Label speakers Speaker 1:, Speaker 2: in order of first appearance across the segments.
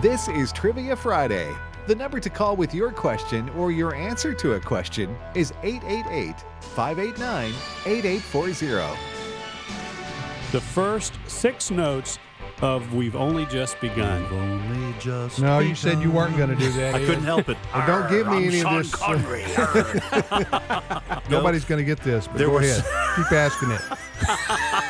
Speaker 1: This is Trivia Friday. The number to call with your question or your answer to a question is 888 589 8840.
Speaker 2: The first six notes of We've Only Just Begun.
Speaker 3: Only just.
Speaker 4: No, you said you weren't going to do that.
Speaker 3: I
Speaker 4: Ian.
Speaker 3: couldn't help it.
Speaker 4: And don't give me
Speaker 3: I'm
Speaker 4: any of
Speaker 3: Sean
Speaker 4: this, uh,
Speaker 3: Connery. Arr. No,
Speaker 4: Nobody's going to get this, but
Speaker 3: There
Speaker 4: go
Speaker 3: was-
Speaker 4: ahead. Keep asking it.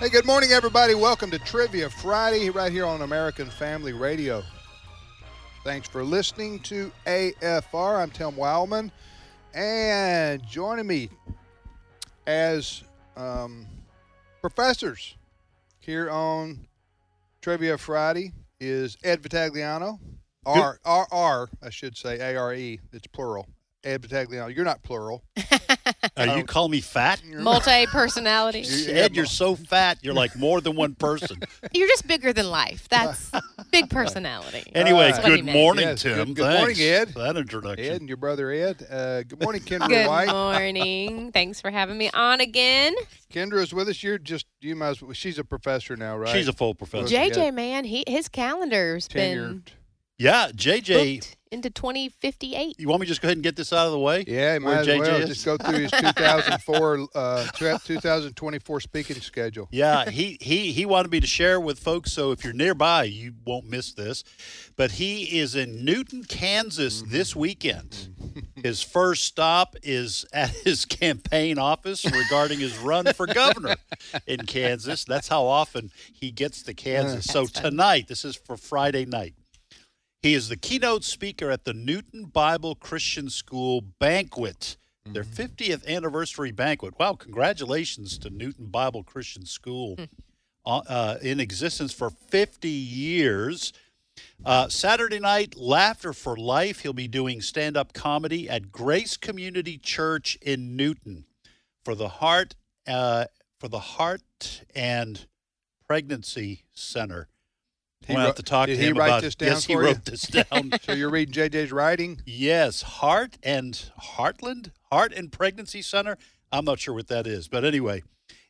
Speaker 5: Hey, good morning, everybody. Welcome to Trivia Friday right here on American Family Radio. Thanks for listening to AFR. I'm Tim Wildman, and joining me as um, professors here on Trivia Friday is Ed Vitagliano, R R R, I should say A R E. It's plural. Ed Vitagliano. You're not plural.
Speaker 3: Uh, you call me fat?
Speaker 5: You're-
Speaker 6: Multi personality.
Speaker 3: You- Ed, you're so fat. You're like more than one person.
Speaker 6: You're just bigger than life. That's big personality.
Speaker 3: Anyway,
Speaker 6: That's what he
Speaker 3: good
Speaker 6: meant.
Speaker 3: morning,
Speaker 5: Uh, Yes,
Speaker 3: Tim.
Speaker 5: good- good morning,
Speaker 3: Thanks
Speaker 5: Ed.
Speaker 3: for That introduction.
Speaker 5: Ed and your brother Ed. Uh, good morning, Kendra White.
Speaker 6: Good morning. Thanks for having me on again.
Speaker 5: Kendra is with us. You're just you might as well. She's a professor now, right?
Speaker 3: She's a full professor.
Speaker 5: J-
Speaker 6: JJ, man, he his calendar's been
Speaker 5: tenured.
Speaker 3: yeah, JJ.
Speaker 6: booked into 2058.
Speaker 3: You want me to just go ahead and get this out of the way?
Speaker 5: Yeah, he
Speaker 3: Where
Speaker 5: might as
Speaker 3: JJ
Speaker 5: well
Speaker 3: is?
Speaker 5: just go through his 2004, uh, throughout 2024 speaking schedule.
Speaker 3: Yeah, he, he he wanted me to share with folks, so if you're nearby, you won't miss this. But he is in Newton, Kansas this weekend. His first stop is at his campaign office regarding his run for governor in Kansas. That's how often he gets to Kansas. So tonight, this is for Friday night. He is the keynote speaker at the Newton Bible Christian School banquet, their 50th anniversary banquet. Wow, congratulations to Newton Bible Christian School uh, uh, in existence for 50 years. Uh, Saturday night, Laughter for Life. He'll be doing stand up comedy at Grace Community Church in Newton for the Heart, uh, for the Heart and Pregnancy Center.
Speaker 5: He
Speaker 3: Went
Speaker 5: wrote-
Speaker 3: out to talk
Speaker 5: did
Speaker 3: to
Speaker 5: he
Speaker 3: him
Speaker 5: write
Speaker 3: about
Speaker 5: this down
Speaker 3: Yes, he
Speaker 5: for you?
Speaker 3: wrote this down.
Speaker 5: So you're reading JJ's writing.
Speaker 3: Yes, Heart and Heartland, Heart and Pregnancy Center. I'm not sure what that is, but anyway,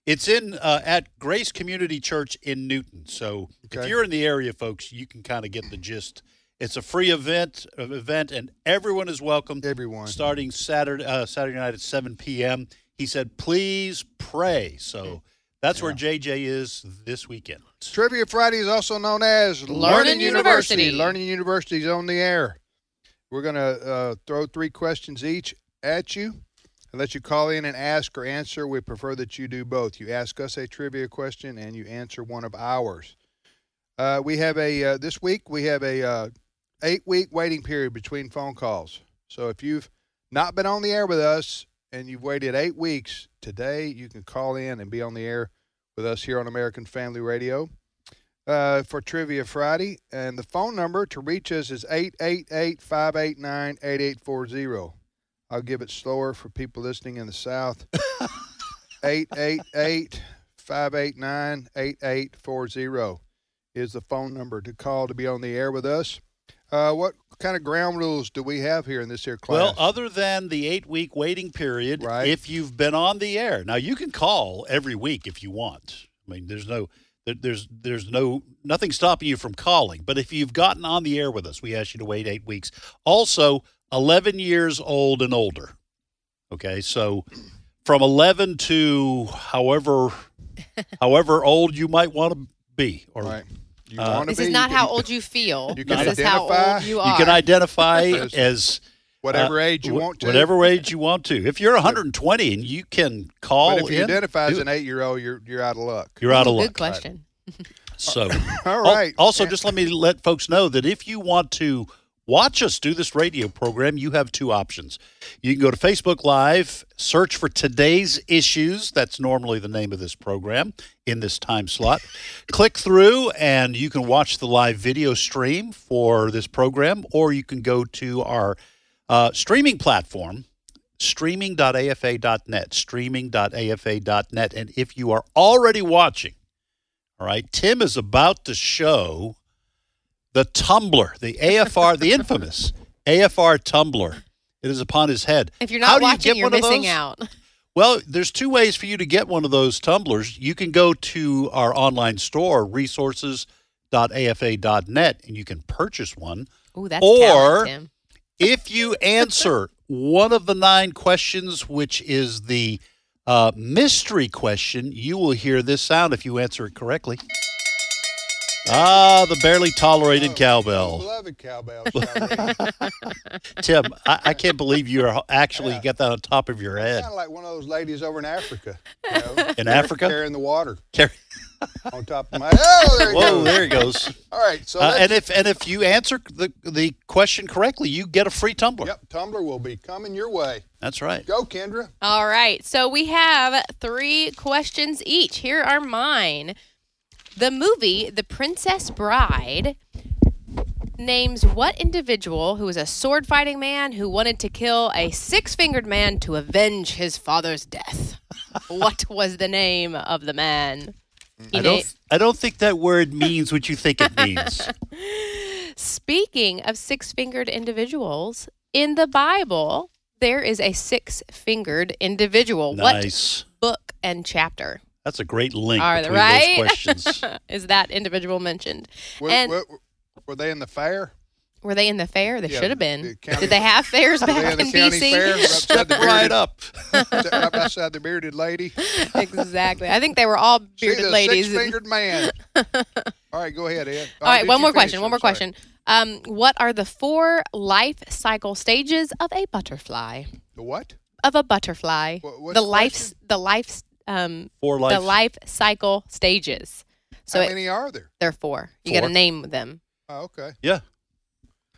Speaker 3: it's in uh, at Grace Community Church in Newton. So if
Speaker 5: Okay.
Speaker 3: you're in the area, folks, you can kind of get the gist. It's a free event, uh, event, and everyone is welcome.
Speaker 5: Everyone.
Speaker 3: starting Saturday uh, Saturday night at 7 p.m. He said, "Please pray." So that's where JJ is this weekend.
Speaker 5: Trivia Friday is also known as
Speaker 6: Learning University.
Speaker 5: Learning University is on the air. We're going to uh, throw three questions each at you and let you call in and ask or answer. We prefer that you do both. You ask us a trivia question and you answer one of ours. Uh, we have a uh, this week we have a uh, eight week waiting period between phone calls. So if you've not been on the air with us and you've waited eight weeks, today you can call in and be on the air with us here on American Family Radio uh, for Trivia Friday. And the phone number to reach us is 888 589 8840. I'll give it slower for people listening in the South 888 589 8840 is the phone number to call to be on the air with us. Uh, what kind of ground rules do we have here in this here class?
Speaker 3: Well, other than the eight week waiting period,
Speaker 5: Right.
Speaker 3: if you've been on the air, now you can call every week if you want. I mean, there's no, there- there's, there's no, nothing stopping you from calling. But if you've gotten on the air with us, we ask you to wait eight weeks. Also, 11 years old and older. Okay, so from 11 to however, however old you might want to be, or
Speaker 5: right. You
Speaker 3: uh,
Speaker 5: wanna
Speaker 6: This
Speaker 5: be,
Speaker 6: is
Speaker 5: you
Speaker 6: not
Speaker 5: can-
Speaker 6: how old you feel.
Speaker 5: you can
Speaker 6: this is how
Speaker 5: identify-
Speaker 6: old you are.
Speaker 3: you can identify
Speaker 5: Yes.
Speaker 3: as
Speaker 5: whatever
Speaker 3: uh,
Speaker 5: age you
Speaker 3: wh-
Speaker 5: want to.
Speaker 3: Whatever age you want to. If you're 120 and you can call
Speaker 5: But if you
Speaker 3: in,
Speaker 5: identify as
Speaker 3: do
Speaker 5: an eight-year-old, you're you're out of luck.
Speaker 3: you're out of luck.
Speaker 6: Good question.
Speaker 3: So,
Speaker 5: All right.
Speaker 3: Al- Also,
Speaker 5: And-
Speaker 3: just let me let folks know that if you want to watch us do this radio program, you have two options. You can go to Facebook Live, search for today's issues. That's normally the name of this program in this time slot. Click through, and you can watch the live video stream for this program, or you can go to our uh, streaming platform streaming.afa.net, streaming.afa.net. And if you are already watching, all right, Tim is about to show the tumbler, the AFR, the infamous AFR tumbler. It is upon his head.
Speaker 6: If you're not
Speaker 3: How do you
Speaker 6: watching,
Speaker 3: get
Speaker 6: are
Speaker 3: one of
Speaker 6: missing
Speaker 3: those?
Speaker 6: out.
Speaker 3: Well, there's two ways for you to get one of those tumblers. You can go to our online store, resources.afa.net, and you can purchase one.
Speaker 6: Ooh, that's
Speaker 3: Or-
Speaker 6: talent, Tim.
Speaker 3: If you answer one of the nine questions, which is the uh, mystery question, you will hear this sound if you answer it correctly. Ah, the barely tolerated cowbell.
Speaker 5: Oh, Beloved cowbell. Kind
Speaker 3: Tim, I, I can't believe you are actually got that on top of your head.
Speaker 5: of like one of those ladies over in Africa. You know,
Speaker 3: In Africa?
Speaker 5: carrying the water
Speaker 3: Carry-
Speaker 5: on top of my. Oh, there you
Speaker 3: Whoa,
Speaker 5: go.
Speaker 3: there he goes.
Speaker 5: All right, so
Speaker 3: Uh,
Speaker 5: let's-
Speaker 3: and if and if you answer the the question correctly, you get a free tumbler.
Speaker 5: yep, Tumblr will be coming your way.
Speaker 3: That's right.
Speaker 5: Go, Kendra.
Speaker 6: All right. So we have three questions each. Here are mine. The movie The Princess Bride names what individual who was a sword fighting man who wanted to kill a six fingered man to avenge his father's death? what was the name of the man? He na-
Speaker 3: I don't I don't think that word means what you think it means.
Speaker 6: Speaking of six fingered individuals, in the Bible, there is a six fingered individual. What
Speaker 3: nice.
Speaker 6: book and chapter?
Speaker 3: That's a great link
Speaker 6: Are
Speaker 3: between
Speaker 6: right?
Speaker 3: those questions.
Speaker 6: is that individual mentioned?
Speaker 5: Were,
Speaker 6: and
Speaker 5: were, were they in the fair?
Speaker 6: were they in the fair? They
Speaker 5: Yeah,
Speaker 6: should have
Speaker 5: the
Speaker 6: been.
Speaker 5: county-
Speaker 6: Did they have fairs
Speaker 5: Were they
Speaker 6: back
Speaker 5: in the
Speaker 6: in
Speaker 5: county fair? Were
Speaker 6: BC?
Speaker 5: upside the
Speaker 3: right
Speaker 5: bearded,
Speaker 3: up.
Speaker 5: up outside the bearded lady?
Speaker 6: exactly. I think they were all bearded
Speaker 5: See the
Speaker 6: ladies.
Speaker 5: Six-fingered man. All right, go ahead, Ed. Oh,
Speaker 6: all right,
Speaker 5: did
Speaker 6: one
Speaker 5: you
Speaker 6: more
Speaker 5: finish?
Speaker 6: question. One
Speaker 5: I'm
Speaker 6: more
Speaker 5: sorry.
Speaker 6: question. Um, what are the four life cycle stages of a butterfly?
Speaker 5: The what?
Speaker 6: Of a butterfly,
Speaker 5: Wha- what's
Speaker 6: the
Speaker 5: the
Speaker 6: life's the life's um,
Speaker 3: For life.
Speaker 6: the life cycle stages. So
Speaker 5: How
Speaker 6: it,
Speaker 5: many are there?
Speaker 6: there are four. You got
Speaker 3: Four.
Speaker 6: to name them.
Speaker 5: Oh, okay.
Speaker 3: Yeah.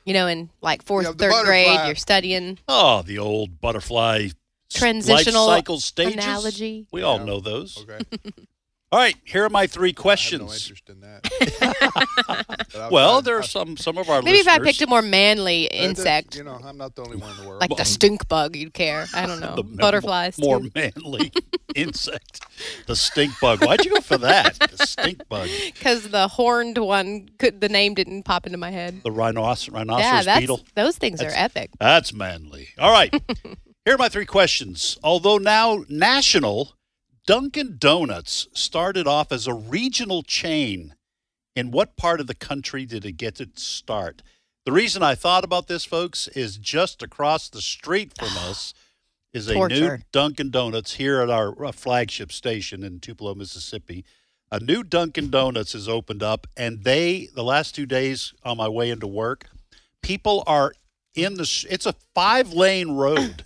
Speaker 6: You know, in like fourth,
Speaker 5: Yeah, the
Speaker 6: third grade,
Speaker 5: butterfly.
Speaker 6: you're studying
Speaker 3: Oh, the old butterfly s-
Speaker 6: Transitional
Speaker 3: life cycle stages.
Speaker 6: analogy.
Speaker 3: We all
Speaker 5: Yeah.
Speaker 3: know those.
Speaker 5: Okay.
Speaker 3: All right, here are my three
Speaker 5: I have no
Speaker 3: questions.
Speaker 5: interest in that. But I'll
Speaker 3: well,
Speaker 5: try-
Speaker 3: there are some some of our
Speaker 6: Maybe if I
Speaker 3: listeners-
Speaker 6: picked a more manly
Speaker 5: I- I-
Speaker 6: insect,
Speaker 5: You know, I'm not the only one in the world.
Speaker 6: like the stink bug, you'd care. I don't know.
Speaker 3: the mem-
Speaker 6: Butterflies.
Speaker 3: More
Speaker 6: too.
Speaker 3: manly insect. The stink bug. Why'd you go for that? The stink bug.
Speaker 6: Because the horned one, could the name didn't pop into my head.
Speaker 3: The rhinoceros,
Speaker 6: yeah,
Speaker 3: rhinoceros
Speaker 6: that's
Speaker 3: beetle.
Speaker 6: those things are epic.
Speaker 3: That's manly. All right. Here are my three questions. Although now national, Dunkin' Donuts started off as a regional chain. In what part of the country did it get its start? The reason I thought about this, folks, is just across the street from us is a new
Speaker 6: Torture.
Speaker 3: Dunkin' Donuts here at our uh, flagship station in Tupelo, Mississippi. A new Dunkin' Donuts has opened up, and they, the last two days on my way into work, people are in the sh- it's a five lane road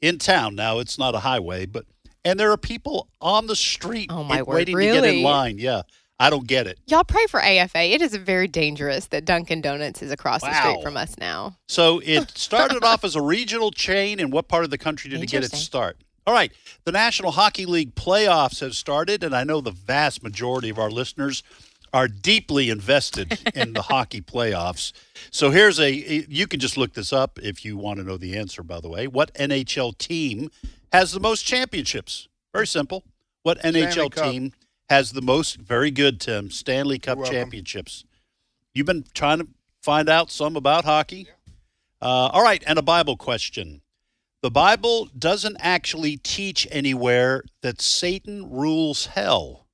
Speaker 3: in town now it's not a highway but and there are people on the street
Speaker 6: Oh, my word,
Speaker 3: waiting to get in
Speaker 6: really?
Speaker 3: line yeah i don't get it
Speaker 6: Y'all pray for AFA. It is very dangerous that Dunkin' Donuts is across the
Speaker 3: Wow.
Speaker 6: street from us now.
Speaker 3: so it started off as a regional chain in what part of the country did it get its
Speaker 6: Interesting.
Speaker 3: start all right the national hockey league playoffs have started and i know the vast majority of our listeners are deeply invested in the hockey playoffs so here's a you can just look this up if you want to know the answer by the way what nhl team has the most championships very simple what nhl
Speaker 5: Cup.
Speaker 3: team has the most very good tim stanley cup
Speaker 5: You're welcome.
Speaker 3: championships you've been trying to find out some about hockey uh, all right and a bible question the bible doesn't actually teach anywhere that satan rules hell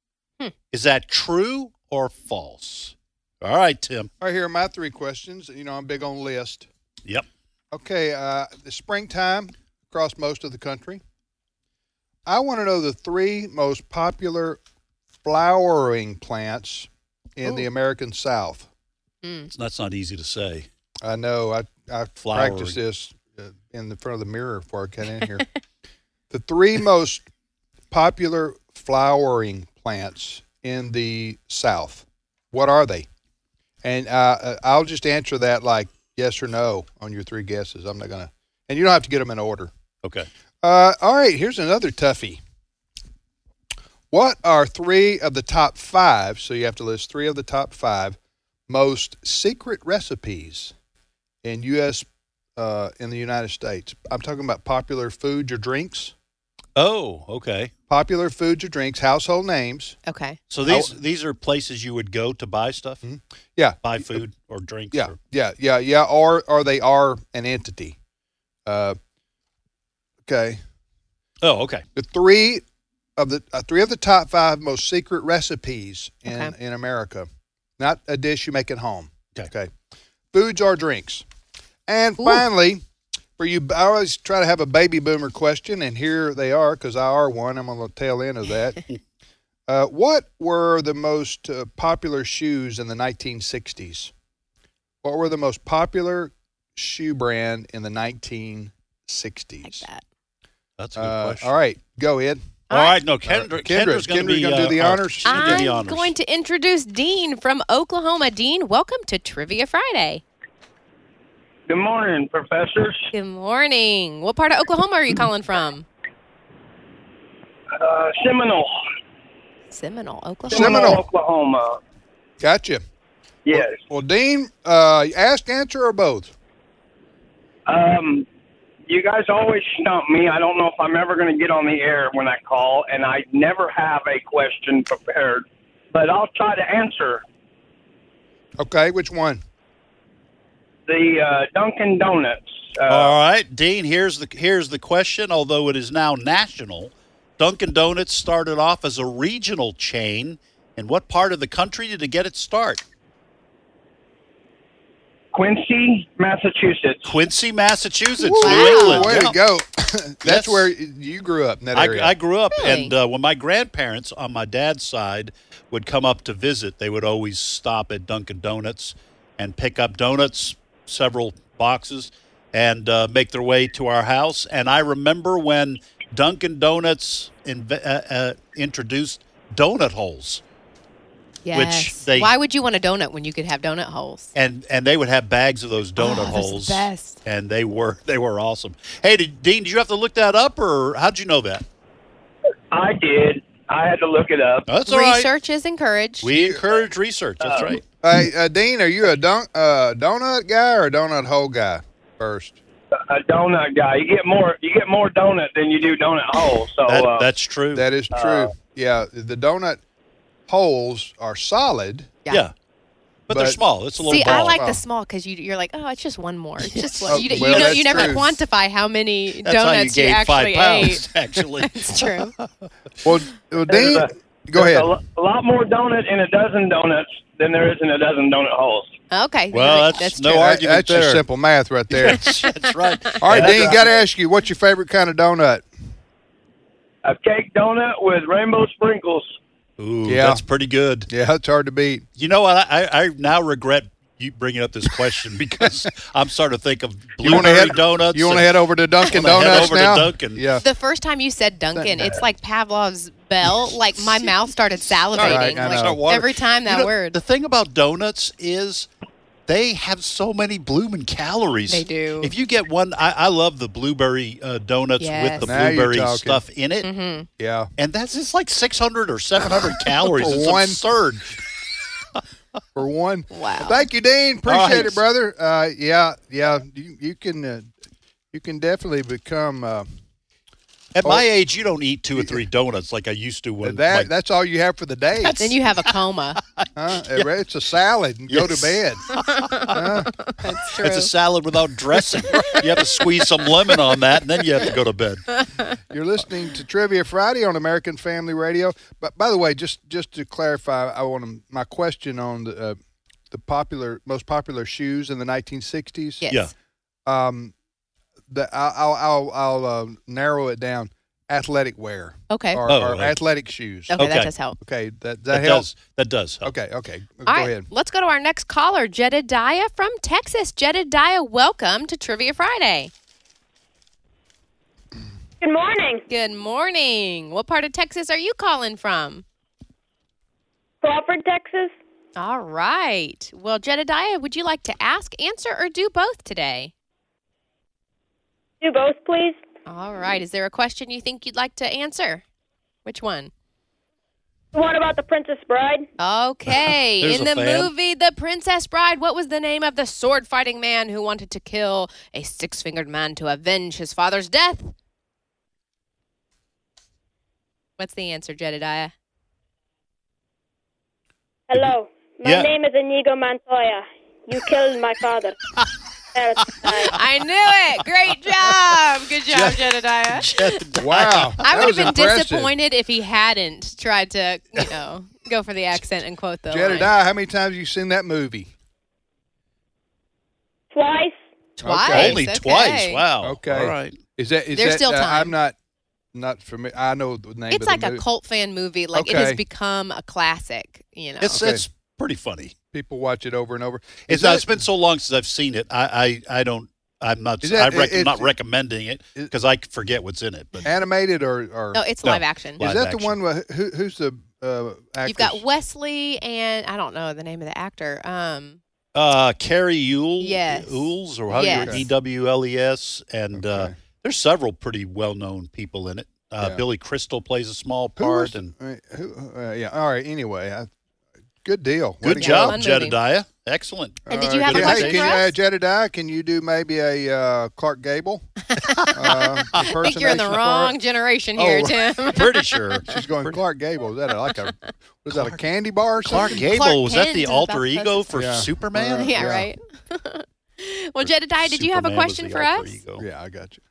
Speaker 3: is that true or false all right tim
Speaker 5: All right, here are my three questions. You know, I'm big on list.
Speaker 3: yep
Speaker 5: Okay, uh, the springtime across most of the country. I want to know the three most popular flowering plants in the American South.
Speaker 3: It's- that's not easy to say
Speaker 5: I know. I I
Speaker 3: Flowering.
Speaker 5: practiced this uh, in the front of the mirror before I came in here. the three most popular flowering plants in the South. What are they? And uh, uh, I'll just answer that like yes or no on your three guesses. I'm not gonna, and you don't have to get them in order.
Speaker 3: okay
Speaker 5: Uh, all right, here's another toughie. What are three of the top five? So you have to list three of the top five most secret recipes in U.S. Uh, in the United States. I'm talking about popular foods or drinks,
Speaker 3: oh okay
Speaker 5: popular foods or drinks, household names.
Speaker 6: Okay.
Speaker 3: So these these are places you would go to buy stuff,
Speaker 5: Hmm. Yeah,
Speaker 3: buy food or drinks.
Speaker 5: yeah,
Speaker 3: or-
Speaker 5: yeah, yeah, yeah. Or or they are an entity. Uh, okay.
Speaker 3: Oh, okay.
Speaker 5: The three of the uh, three of the top five most secret recipes in
Speaker 6: Okay.
Speaker 5: in America. Not a dish you make at home.
Speaker 3: Okay.
Speaker 5: Foods or drinks. And
Speaker 6: Ooh.
Speaker 5: finally, for you, I always try to have a baby boomer question, and here they are because I are one. I'm on the tail end of that. uh, what were the most uh, popular shoes in the 1960s? What were the most popular shoe brand in the 1960s?
Speaker 6: like that.
Speaker 3: That's a good
Speaker 5: Uh,
Speaker 3: question.
Speaker 5: all right, go ahead.
Speaker 3: All right, no, Kendra,
Speaker 5: Kendra-
Speaker 3: Kendra's going to
Speaker 5: Kendra's
Speaker 3: be
Speaker 5: gonna do the honors.
Speaker 3: She's gonna do the
Speaker 6: I'm
Speaker 3: honors.
Speaker 6: going to introduce Dean from Oklahoma. Dean, welcome to Trivia Friday.
Speaker 7: Good morning, professors.
Speaker 6: Good morning. What part of Oklahoma are you calling from?
Speaker 7: Uh, Seminole,
Speaker 6: Seminole, Oklahoma.
Speaker 5: Seminole.
Speaker 7: Oklahoma.
Speaker 5: Gotcha.
Speaker 7: Yes.
Speaker 5: Well, Dean, uh, ask, answer, or both?
Speaker 7: Um, you guys always stump me. I don't know if I'm ever going to get on the air when I call, and I never have a question prepared. But I'll try to answer
Speaker 5: Okay, which one?
Speaker 7: the uh, Dunkin' Donuts. Uh,
Speaker 3: All right, Dean. Here's the here's the question. Although it is now national, Dunkin' Donuts started off as a regional chain. In what part of the country did it get its start?
Speaker 7: Quincy, Massachusetts.
Speaker 3: Quincy, Massachusetts, New
Speaker 6: Wow.
Speaker 3: England.
Speaker 5: Way
Speaker 3: Yeah.
Speaker 5: to go. That's
Speaker 3: Yes.
Speaker 5: where you grew up in that
Speaker 3: I,
Speaker 5: area.
Speaker 3: I grew up,
Speaker 6: Really?
Speaker 3: and uh, when my grandparents on my dad's side would come up to visit, they would always stop at Dunkin' Donuts and pick up donuts, several boxes, and uh, make their way to our house. And I remember when Dunkin' Donuts inve- uh, uh, introduced donut holes,
Speaker 6: Yes.
Speaker 3: they-
Speaker 6: Why would you want a donut when you could have donut holes?
Speaker 3: and and they would have bags of those donut
Speaker 6: Oh, those are the
Speaker 3: holes.
Speaker 6: best.
Speaker 3: And they were they were awesome. Hey, did, Dean, did you have to look that up, or how'd you know that?
Speaker 7: I did. I had to look it up.
Speaker 3: Oh, that's all right.
Speaker 6: Research is encouraged.
Speaker 3: We encourage research. That's
Speaker 7: Um,
Speaker 3: right.
Speaker 5: Hey, uh, Dean, are you a don- uh, donut guy or a donut hole guy first?
Speaker 7: A donut guy. You get more. You get more donut than you do donut hole. So
Speaker 3: That,
Speaker 7: uh,
Speaker 3: that's true.
Speaker 5: That is true.
Speaker 7: Uh,
Speaker 5: yeah, the donut holes are solid.
Speaker 6: Yeah.
Speaker 3: Yeah. But, they're
Speaker 5: But-
Speaker 3: small. It's a little
Speaker 6: See,
Speaker 3: ball.
Speaker 6: I like
Speaker 5: Oh.
Speaker 6: the small because you, you're like, oh, it's just one more. It's just
Speaker 5: Oh,
Speaker 6: one. You, d- you
Speaker 5: well,
Speaker 6: know,
Speaker 5: that's
Speaker 6: you never
Speaker 5: true.
Speaker 6: quantify how many
Speaker 3: That's how you
Speaker 6: donuts you,
Speaker 3: gain
Speaker 6: actually
Speaker 3: five pounds,
Speaker 6: ate.
Speaker 3: actually.
Speaker 6: It's true.
Speaker 5: Well, well Dean,
Speaker 7: There's there's
Speaker 5: go ahead.
Speaker 7: A, lo- a lot more donut in a dozen donuts than there is in a dozen donut holes.
Speaker 6: Okay.
Speaker 3: Well,
Speaker 6: right,
Speaker 3: that's no
Speaker 5: That-
Speaker 3: argument
Speaker 5: that's just
Speaker 3: there.
Speaker 5: simple math right there.
Speaker 3: That's right.
Speaker 5: All right,
Speaker 3: And
Speaker 5: Dean, got to ask you, what's your favorite kind of donut?
Speaker 7: a cake donut with rainbow sprinkles. Uh,
Speaker 3: that- Ooh,
Speaker 5: Yeah.
Speaker 3: that's pretty good.
Speaker 5: Yeah, it's hard to beat.
Speaker 3: You know what? I, I, I now regret you bringing up this question because I'm starting to think of
Speaker 5: You want to
Speaker 3: blueberry
Speaker 5: head
Speaker 3: donuts.
Speaker 5: You want to
Speaker 3: and-
Speaker 5: head over to Dunkin'
Speaker 3: wanna head
Speaker 5: Donuts
Speaker 3: over to
Speaker 5: now?
Speaker 3: Dunkin'.
Speaker 5: Yeah.
Speaker 6: The first time you said Duncan, it's like Pavlov's bell. Like my mouth started
Speaker 5: All
Speaker 6: salivating
Speaker 5: right, I
Speaker 6: like,
Speaker 5: know.
Speaker 3: Water.
Speaker 6: every time
Speaker 3: You
Speaker 6: that
Speaker 3: know,
Speaker 6: word.
Speaker 3: The thing about donuts is they have so many blooming calories.
Speaker 6: They do.
Speaker 3: If you get one, I, I love the blueberry uh, donuts
Speaker 6: Yes.
Speaker 3: with the
Speaker 5: Now you're
Speaker 3: blueberry
Speaker 5: talking.
Speaker 3: stuff in it.
Speaker 6: mm-hmm.
Speaker 5: Yeah.
Speaker 3: And that's it's like 600 or 700 calories.
Speaker 5: For
Speaker 3: It's
Speaker 5: one-
Speaker 3: absurd.
Speaker 5: For one.
Speaker 6: Wow.
Speaker 5: Thank you, Dean. Appreciate
Speaker 3: All right.
Speaker 5: it, brother. Uh, yeah, yeah. You, you can uh, you can definitely become uh,
Speaker 3: At my age, you don't eat two or three donuts like I used to when
Speaker 5: Oh. that.
Speaker 3: like,
Speaker 5: that's all you have for the day.
Speaker 6: Then you have a coma.
Speaker 5: huh? It's a salad and go to bed.
Speaker 6: That's
Speaker 3: it's
Speaker 6: true.
Speaker 3: a salad without dressing. you have to squeeze some lemon on that, and then you have to go to bed.
Speaker 5: You're listening to Trivia Friday on American Family Radio. But by the way, just just to clarify, I want to, my question on the uh, the popular most popular shoes in the 1960s.
Speaker 6: yes.
Speaker 3: Yeah.
Speaker 5: Um, the I'll I'll, I'll, I'll uh, narrow it down. Athletic wear
Speaker 6: Okay.
Speaker 5: or,
Speaker 3: Oh,
Speaker 5: or
Speaker 3: okay.
Speaker 5: athletic shoes.
Speaker 6: okay. That
Speaker 3: Okay.
Speaker 6: does help.
Speaker 5: Okay, that that,
Speaker 3: That
Speaker 5: helps.
Speaker 3: does. That does. Help.
Speaker 5: Okay, okay. Go
Speaker 6: All right,
Speaker 5: ahead.
Speaker 6: let's go to our next caller, Jedediah from Texas. Jedediah, welcome to Trivia Friday.
Speaker 8: Good morning,
Speaker 6: Good morning. What part of Texas are you calling from?
Speaker 8: Crawford, Texas.
Speaker 6: All right. Well, Jedediah, would you like to ask, answer, or do both today?
Speaker 8: Do both, please.
Speaker 6: All right. Is there a question you think you'd like to answer? Which one?
Speaker 8: What about the Princess Bride?
Speaker 6: Okay.
Speaker 3: There's
Speaker 6: In
Speaker 3: a
Speaker 6: the
Speaker 3: fan.
Speaker 6: movie The Princess Bride, what was the name of the sword fighting man who wanted to kill a six fingered man to avenge his father's death? What's the answer, Jedediah?
Speaker 8: Hello, my
Speaker 3: Yeah.
Speaker 8: name is Inigo Montoya. You killed my father. Satisfied.
Speaker 6: I knew it. Great job. Good job, Jedediah.
Speaker 5: Wow.
Speaker 6: I
Speaker 5: that
Speaker 6: would
Speaker 5: was
Speaker 6: have been
Speaker 5: impressive.
Speaker 6: disappointed if he hadn't tried to, you know, go for the accent and quote the line.
Speaker 5: Jedediah, how many times have you seen that movie?
Speaker 8: Twice.
Speaker 6: Twice.
Speaker 3: Only
Speaker 6: okay.
Speaker 3: twice. Wow.
Speaker 5: Okay.
Speaker 3: All right.
Speaker 5: Is that is
Speaker 6: There's
Speaker 5: that,
Speaker 6: still
Speaker 5: uh,
Speaker 6: time.
Speaker 5: I'm not not familiar. I know the name.
Speaker 6: It's
Speaker 5: of the
Speaker 6: like a
Speaker 5: movie.
Speaker 6: cult fan movie. Like it has
Speaker 5: Okay.
Speaker 6: become a classic. You know.
Speaker 3: It's
Speaker 5: Okay.
Speaker 3: it's pretty funny.
Speaker 5: People watch it over and over. Is
Speaker 3: It's, not-
Speaker 5: that-
Speaker 3: it's been so long since I've seen it. I I, I don't. I'm not.
Speaker 5: Is that-
Speaker 3: I rec-
Speaker 5: it-
Speaker 3: not
Speaker 5: it-
Speaker 3: recommending it
Speaker 5: it-
Speaker 3: because I forget what's in it. But
Speaker 5: animated or or
Speaker 6: no, it's
Speaker 3: No.
Speaker 6: live action.
Speaker 3: Live
Speaker 5: is that
Speaker 3: action.
Speaker 5: the one with who, who's the uh, actress?
Speaker 6: You've got Wesley and I don't know the name of the actor. Um,
Speaker 3: uh, Carrie Yule,
Speaker 6: Yes.
Speaker 3: Yules, or how
Speaker 6: Yes.
Speaker 3: do you E W L E S, and uh,
Speaker 5: Okay.
Speaker 3: there's several pretty well-known people in it. Uh,
Speaker 5: Yeah.
Speaker 3: Billy Crystal plays a small
Speaker 5: Who
Speaker 3: part,
Speaker 5: was-
Speaker 3: and
Speaker 5: I mean, who, uh, yeah. All right. Anyway, I, good deal. Way
Speaker 3: good
Speaker 5: to go.
Speaker 3: job,
Speaker 6: One movie.
Speaker 3: Jedediah. Excellent. Uh,
Speaker 6: And
Speaker 5: All
Speaker 6: did you
Speaker 5: right,
Speaker 6: have a
Speaker 5: good.
Speaker 3: question
Speaker 5: hey,
Speaker 6: for
Speaker 5: can, you-
Speaker 6: us?
Speaker 5: Uh, Jedediah, can you do maybe a uh, Clark Gable? uh,
Speaker 6: I think you're in the
Speaker 5: impersonation for
Speaker 6: wrong
Speaker 5: it?
Speaker 6: generation here,
Speaker 5: Oh.
Speaker 6: Tim.
Speaker 3: Pretty sure.
Speaker 5: She's going Clark Gable. Is that a, like a was that a candy bar? Or
Speaker 3: Clark
Speaker 5: something?
Speaker 3: Gable
Speaker 6: Clark
Speaker 3: was that
Speaker 6: Kent
Speaker 3: the
Speaker 6: is
Speaker 3: alter
Speaker 6: about
Speaker 3: ego
Speaker 6: closest
Speaker 3: for
Speaker 5: Yeah.
Speaker 3: Superman?
Speaker 6: yeah,
Speaker 5: Yeah.
Speaker 6: right. well, Jedediah, did you have a
Speaker 3: Superman was
Speaker 6: question
Speaker 3: the
Speaker 6: for
Speaker 3: alter
Speaker 6: us?
Speaker 3: ego.
Speaker 5: Yeah, I got you.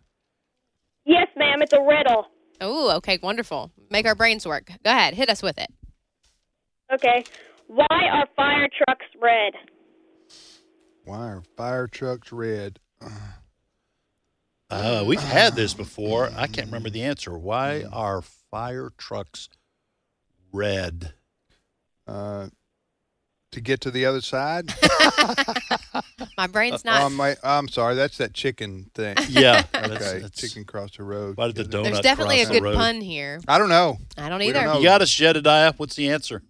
Speaker 8: Yes, ma'am. It's a riddle.
Speaker 6: Oh, okay, wonderful. Make our brains work. Go ahead, hit us with it.
Speaker 8: Okay. Why are fire trucks red?
Speaker 5: Why are fire trucks red?
Speaker 3: Uh, we've had
Speaker 5: Ah.
Speaker 3: this before. I can't remember the answer. Why
Speaker 5: Mm.
Speaker 3: are fire trucks red?
Speaker 5: Uh, to get to the other side.
Speaker 6: My brain's not.
Speaker 5: um, I, I'm sorry, that's that chicken thing.
Speaker 3: Yeah.
Speaker 5: Okay, chicken cross the road.
Speaker 3: Why did the donut
Speaker 6: there's definitely a
Speaker 3: cross the
Speaker 6: good
Speaker 3: road?
Speaker 6: pun here.
Speaker 5: I don't know.
Speaker 6: I don't
Speaker 5: We
Speaker 6: either.
Speaker 5: don't know.
Speaker 3: You got us, Jedediah. What's the answer?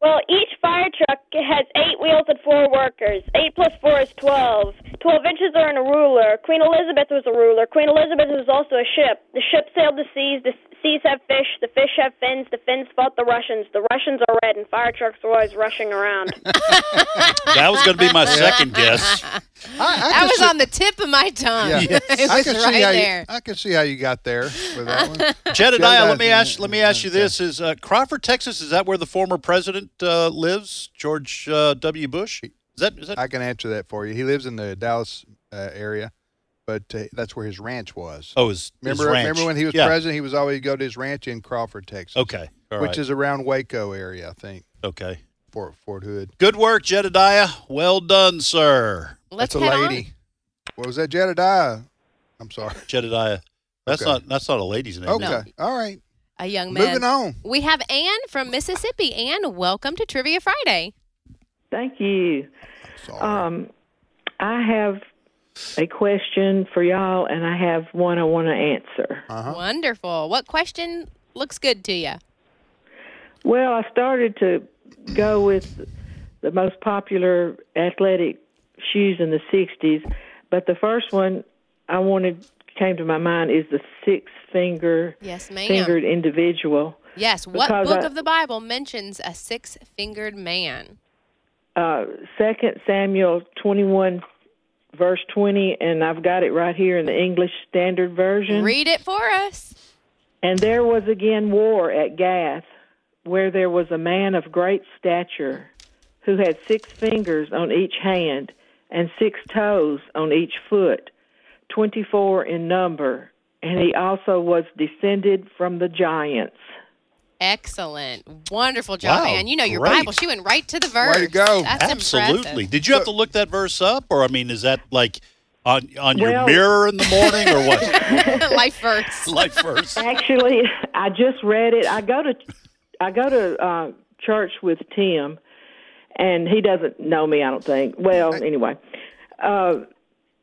Speaker 8: Well, each fire truck has eight wheels and four workers. Eight plus four is twelve. Twelve inches are in a ruler. Queen Elizabeth was a ruler. Queen Elizabeth was also a ship. The ship sailed the seas. The seas have fish. The fish have fins. The fins fought the Russians. The Russians are red, and fire trucks are always rushing around.
Speaker 3: That was going to be my second guess.
Speaker 5: I, I
Speaker 6: that
Speaker 5: could
Speaker 6: was
Speaker 5: see-
Speaker 6: on the tip of my tongue.
Speaker 5: Yeah.
Speaker 6: it
Speaker 5: I
Speaker 6: was
Speaker 5: can see
Speaker 6: right
Speaker 5: how
Speaker 6: there.
Speaker 5: You, I can see how you got there with that one.
Speaker 3: Jedediah, let me
Speaker 5: Jedediah's-
Speaker 3: ask. Let me ask you this: Is uh, Crawford, Texas? Is that where the former president uh, lives, George uh, W. Bush? Is that is that
Speaker 5: I can answer that for you. He lives in the Dallas uh, area, but uh, that's where his ranch was.
Speaker 3: Oh, his, his
Speaker 5: remember,
Speaker 3: ranch.
Speaker 5: remember when he was
Speaker 3: yeah.
Speaker 5: president? He was always go to his ranch in Crawford, Texas.
Speaker 3: Okay, all
Speaker 5: which
Speaker 3: right.
Speaker 5: is around Waco area, I think.
Speaker 3: okay.
Speaker 5: Fort Fort Hood.
Speaker 3: Good work, Jedediah. Well done, sir.
Speaker 6: Let's
Speaker 5: that's a
Speaker 6: head on.
Speaker 5: lady. What was that, Jedediah? I'm sorry.
Speaker 3: Jedediah. That's
Speaker 5: Okay.
Speaker 3: not that's not a lady's name.
Speaker 5: Okay, all right.
Speaker 6: A young man.
Speaker 5: Moving on.
Speaker 6: We have Anne from Mississippi. Anne, welcome to Trivia Friday.
Speaker 9: Thank you.
Speaker 5: Sorry.
Speaker 9: Um, I have a question for y'all, and I have one I want to answer.
Speaker 5: uh-huh.
Speaker 6: Wonderful. What question looks good to you?
Speaker 9: Well, I started to go with the most popular athletic shoes in the 60s, but the first one I wanted came to my mind is the six finger
Speaker 6: Yes, ma'am.
Speaker 9: fingered individual.
Speaker 6: Yes. What
Speaker 9: Because
Speaker 6: book
Speaker 9: I-
Speaker 6: of the Bible mentions a six fingered man?
Speaker 9: Uh, 2 Samuel 21 verse 20 and I've got it right here in the English Standard Version.
Speaker 6: Read it for us.
Speaker 9: And there was again war at Gath, where there was a man of great stature, who had six fingers on each hand, and six toes on each foot, twenty four in number, and he also was descended from the giants.
Speaker 6: Excellent. Wonderful job,
Speaker 3: Wow,
Speaker 6: Anne. You know your
Speaker 3: great.
Speaker 6: Bible. She went right to the verse.
Speaker 5: to go.
Speaker 6: That's
Speaker 3: Absolutely.
Speaker 6: impressive.
Speaker 3: Did you have to look that verse up, or I mean, is that like on on your
Speaker 9: Well-
Speaker 3: mirror in the morning, or what?
Speaker 6: Life verse.
Speaker 3: Life verse.
Speaker 9: Actually, I just read it. I go to I go to uh, church with Tim, and he doesn't know me. I don't think. Well, anyway, uh,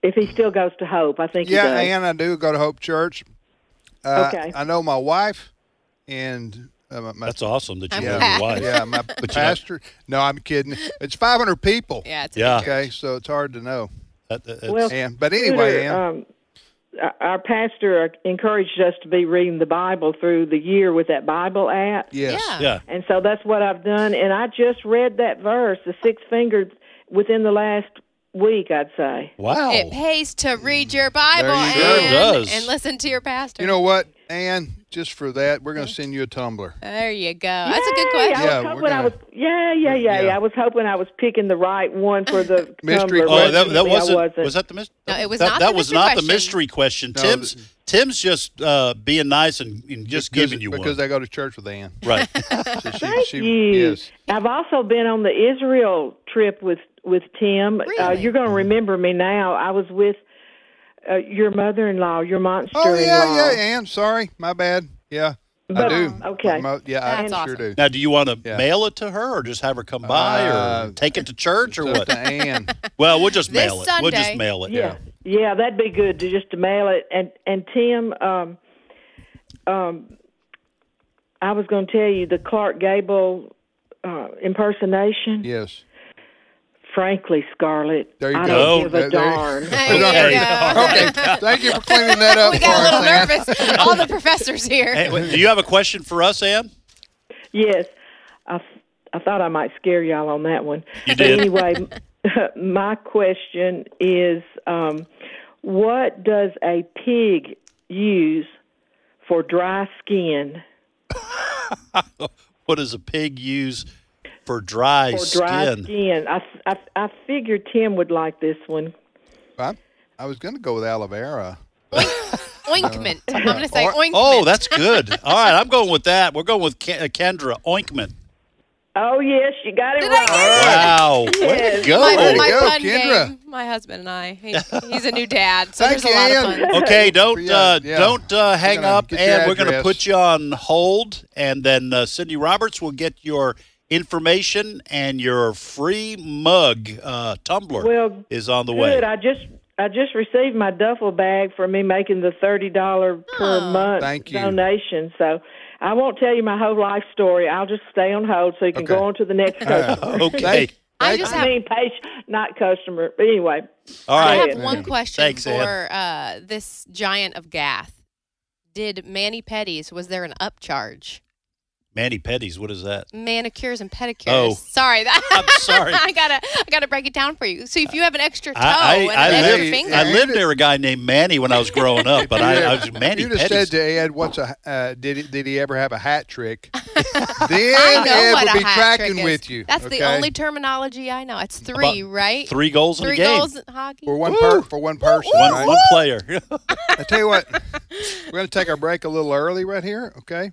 Speaker 9: if he still goes to Hope, I think
Speaker 5: Yeah,
Speaker 9: he does.
Speaker 5: and I do go to Hope Church. Uh,
Speaker 9: Okay.
Speaker 5: I know my wife and uh, my, my
Speaker 3: That's awesome that you
Speaker 6: I'm
Speaker 3: know
Speaker 6: glad.
Speaker 3: your wife.
Speaker 5: yeah, my
Speaker 3: you know-
Speaker 5: pastor. No, I'm kidding. It's 500 people.
Speaker 6: Yeah, it's
Speaker 3: Yeah.
Speaker 5: Okay, so it's hard to know.
Speaker 3: That- that-
Speaker 9: Well,
Speaker 5: And but
Speaker 9: Peter,
Speaker 5: anyway, Ann,
Speaker 9: um, our- our pastor encouraged us to be reading the Bible through the year with that Bible app,
Speaker 5: yes,
Speaker 6: Yeah.
Speaker 3: yeah.
Speaker 9: and so that's what I've done. And I just read that verse, the six fingered, within the last week, I'd say.
Speaker 3: Wow.
Speaker 6: It pays to read your Bible
Speaker 5: There
Speaker 6: and,
Speaker 5: you go.
Speaker 3: Sure does.
Speaker 6: and listen to your pastor.
Speaker 5: You know what, Ann? Just for that, we're going to send you a tumbler.
Speaker 6: there you go. That's a good
Speaker 9: Yay!
Speaker 6: question.
Speaker 5: Yeah,
Speaker 9: I was hoping
Speaker 5: we're
Speaker 9: I
Speaker 5: gonna-
Speaker 9: was. Yeah, yeah, yeah,
Speaker 5: Yeah.
Speaker 9: yeah. I was hoping I was picking the right one for the
Speaker 5: Mystery
Speaker 9: tumbler.
Speaker 3: Oh,
Speaker 5: question.
Speaker 3: that, that
Speaker 9: Fortunately, I
Speaker 3: wasn't, Was that the mystery?
Speaker 6: No, it was
Speaker 3: that,
Speaker 6: not
Speaker 3: That
Speaker 6: the
Speaker 3: was
Speaker 6: mystery
Speaker 3: not
Speaker 6: question.
Speaker 3: the mystery question.
Speaker 5: No,
Speaker 3: Tim's
Speaker 5: th-
Speaker 3: Tim's just uh, being nice and, and just
Speaker 5: Because-
Speaker 3: giving you
Speaker 5: because
Speaker 3: one.
Speaker 5: I go to church with Ann.
Speaker 3: right.
Speaker 5: So she,
Speaker 9: Thank
Speaker 5: she,
Speaker 9: you.
Speaker 5: Yes.
Speaker 9: I've also been on the Israel trip with with Tim. Uh,
Speaker 6: Really?
Speaker 9: you're going to remember me now. I was with uh, your mother-in-law, your monster-in-law.
Speaker 5: Oh yeah,
Speaker 9: uh,
Speaker 5: yeah, Ann. Sorry, my bad. Yeah, I
Speaker 9: But-
Speaker 5: do.
Speaker 9: okay.
Speaker 5: Mo- yeah,
Speaker 6: That's
Speaker 5: I
Speaker 6: awesome.
Speaker 5: sure do.
Speaker 3: Now, do you want to
Speaker 5: Yeah.
Speaker 3: mail it to her, or just have her come by,
Speaker 5: Uh,
Speaker 3: or take it to church, or
Speaker 5: So
Speaker 3: what?
Speaker 5: to Ann.
Speaker 3: Well, we'll just
Speaker 6: This
Speaker 3: mail it. We'll just
Speaker 6: Sunday.
Speaker 3: mail it.
Speaker 9: yeah, yeah, that'd be good to just to mail it. And and Tim, um, um, I was going to tell you the Clark Gable uh, impersonation.
Speaker 5: Yes.
Speaker 9: Frankly, Scarlett,
Speaker 5: There you
Speaker 9: I
Speaker 5: go.
Speaker 9: don't give
Speaker 5: Oh, There-
Speaker 9: a
Speaker 5: there you-
Speaker 9: darn.
Speaker 6: There you
Speaker 5: Okay.
Speaker 6: go.
Speaker 5: Okay. Thank you for cleaning that up
Speaker 6: We
Speaker 5: for us, Ann.
Speaker 6: got a little nervous. All the professors here.
Speaker 3: Hey, wait, do you have a question for us, Ann?
Speaker 9: Yes, I, I thought I might scare y'all on that one.
Speaker 3: You did.
Speaker 9: Anyway, my question is, um, what does a pig use for dry skin?
Speaker 3: What does a pig use for dry,
Speaker 9: For dry
Speaker 3: skin?
Speaker 9: skin, I, I I figured Tim would like this one.
Speaker 5: I, I was going to go with aloe vera.
Speaker 6: Ointment. I'm going to say
Speaker 5: Or-
Speaker 6: ointment.
Speaker 3: Oh, that's good. All right, I'm going with that. We're going with Ke- uh, Kendra ointment.
Speaker 9: Oh yes, you got it
Speaker 6: Did I
Speaker 9: right.
Speaker 6: get it?
Speaker 3: Wow.
Speaker 5: Way to go,
Speaker 6: my,
Speaker 5: way to
Speaker 6: my
Speaker 5: go,
Speaker 6: fun
Speaker 5: Kendra.
Speaker 6: game. My husband and I. He, he's a new dad, so
Speaker 5: Thank
Speaker 6: there's a lot
Speaker 5: you,
Speaker 6: of
Speaker 5: Ann.
Speaker 6: fun.
Speaker 3: Okay, don't
Speaker 5: Yeah,
Speaker 3: uh,
Speaker 5: yeah.
Speaker 3: don't uh, hang
Speaker 5: gonna
Speaker 3: up,
Speaker 5: get your
Speaker 3: and we're going to
Speaker 5: address.
Speaker 3: put you on hold, and then uh, Cindy Roberts will get your information and your free mug uh, tumbler
Speaker 9: Well,
Speaker 3: is on the way.
Speaker 9: Good. I just I just received my duffel bag for me making the thirty dollar per
Speaker 6: Oh,
Speaker 9: month
Speaker 5: Thank you.
Speaker 9: donation. So I won't tell you my whole life story. I'll just stay on hold so you can
Speaker 5: Okay.
Speaker 9: go on to the next customer.
Speaker 3: okay.
Speaker 6: I
Speaker 5: Thank
Speaker 6: just
Speaker 5: you.
Speaker 9: I
Speaker 6: have,
Speaker 9: mean, patient, not customer. But anyway,
Speaker 3: All
Speaker 6: I
Speaker 3: right.
Speaker 6: have one question
Speaker 3: Thanks, Ann.
Speaker 6: for uh, this giant of Gath. Did Manny Petties, was there an upcharge?
Speaker 3: Manny Petties, what is that?
Speaker 6: Manicures and pedicures.
Speaker 3: Oh.
Speaker 6: Sorry. That,
Speaker 3: I'm sorry.
Speaker 6: I gotta I gotta break it down for you. So if you have an extra toe
Speaker 3: I,
Speaker 6: and an
Speaker 3: I, I,
Speaker 6: extra
Speaker 5: live-
Speaker 3: lived,
Speaker 6: finger.
Speaker 3: I lived near a guy named Manny when I was growing up, but I, I was Manny
Speaker 5: you just
Speaker 3: Petties.
Speaker 5: said to Ed, "What's a uh, did he, did he ever have a hat trick?" then
Speaker 6: I know
Speaker 5: Ed
Speaker 6: what
Speaker 5: would
Speaker 6: a
Speaker 5: be
Speaker 6: hat
Speaker 5: tracking
Speaker 6: trick is.
Speaker 5: with you.
Speaker 6: That's the
Speaker 5: okay?
Speaker 6: only terminology I know. It's three, right?
Speaker 3: three goals in
Speaker 6: Three
Speaker 3: a game.
Speaker 6: goals in hockey.
Speaker 5: for one per, for one person.
Speaker 3: One,
Speaker 5: right?
Speaker 3: one player.
Speaker 5: I tell you what, we're going to take our break a little early right here, okay?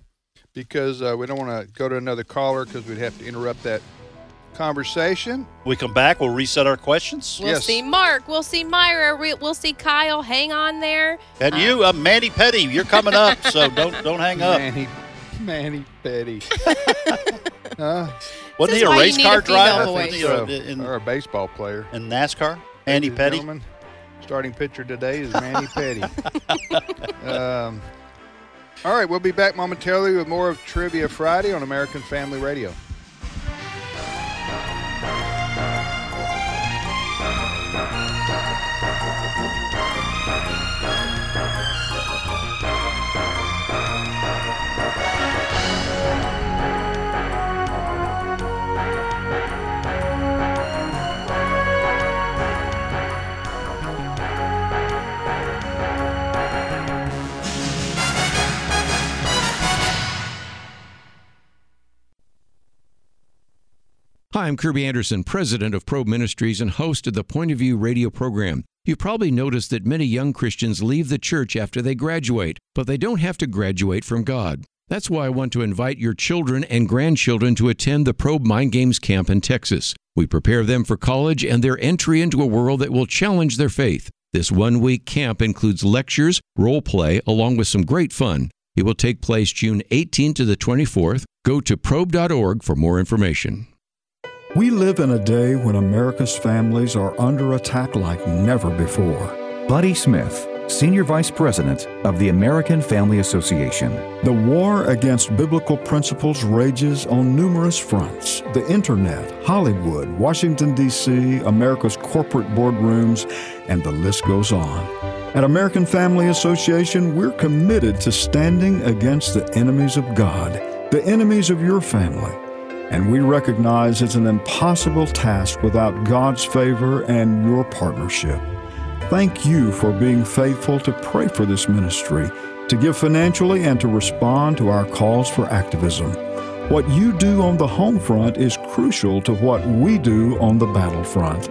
Speaker 5: Because uh, we don't want to go to another caller because we'd have to interrupt that conversation.
Speaker 3: we come back, we'll reset our questions.
Speaker 6: We'll
Speaker 5: Yes.
Speaker 6: see Mark. We'll see Myra. we- We'll see Kyle. Hang on there.
Speaker 3: And you, uh, Manny Petty, you're coming up, so don't don't hang up.
Speaker 5: Manny, Manny Petty. uh,
Speaker 3: Wasn't
Speaker 6: This
Speaker 3: he
Speaker 6: is
Speaker 3: a
Speaker 6: why you
Speaker 3: race
Speaker 6: need a
Speaker 3: car
Speaker 6: female
Speaker 3: driver?
Speaker 6: voice.
Speaker 3: Wasn't he
Speaker 5: so,
Speaker 3: a- in,
Speaker 5: or a baseball player.
Speaker 3: in NASCAR? Manny
Speaker 5: Ladies and
Speaker 3: Petty.
Speaker 5: gentlemen, starting pitcher today is Manny Petty. um, all right, we'll be back momentarily with more of Trivia Friday on American Family Radio.
Speaker 10: Hi, I'm Kirby Anderson, president of Probe Ministries and host of the Point of View radio program. You probably noticed that many young Christians leave the church after they graduate, but they don't have to graduate from God. That's why I want to invite your children and grandchildren to attend the Probe Mind Games Camp in Texas. We prepare them for college and their entry into a world that will challenge their faith. This one week camp includes lectures, role play, along with some great fun. It will take place June 18 to the 24th. Go to probe.org for more information.
Speaker 11: We live in a day when America's families are under attack like never before.
Speaker 12: Buddy Smith, Senior Vice President of the American Family Association.
Speaker 11: The war against biblical principles rages on numerous fronts the internet, Hollywood, Washington, D.C., America's corporate boardrooms, and the list goes on. At American Family Association, we're committed to standing against the enemies of God, the enemies of your family. and we recognize it's an impossible task without God's favor and your partnership. Thank you for being faithful to pray for this ministry, to give financially, and to respond to our calls for activism. What you do on the home front is crucial to what we do on the battlefront.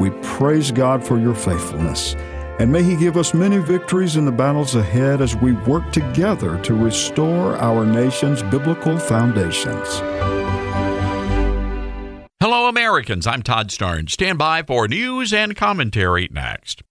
Speaker 11: We praise God for your faithfulness, and may He give us many victories in the battles ahead as we work together to restore our nation's biblical foundations.
Speaker 13: Hello, Americans. I'm Todd Starnes. Stand by for news and commentary next.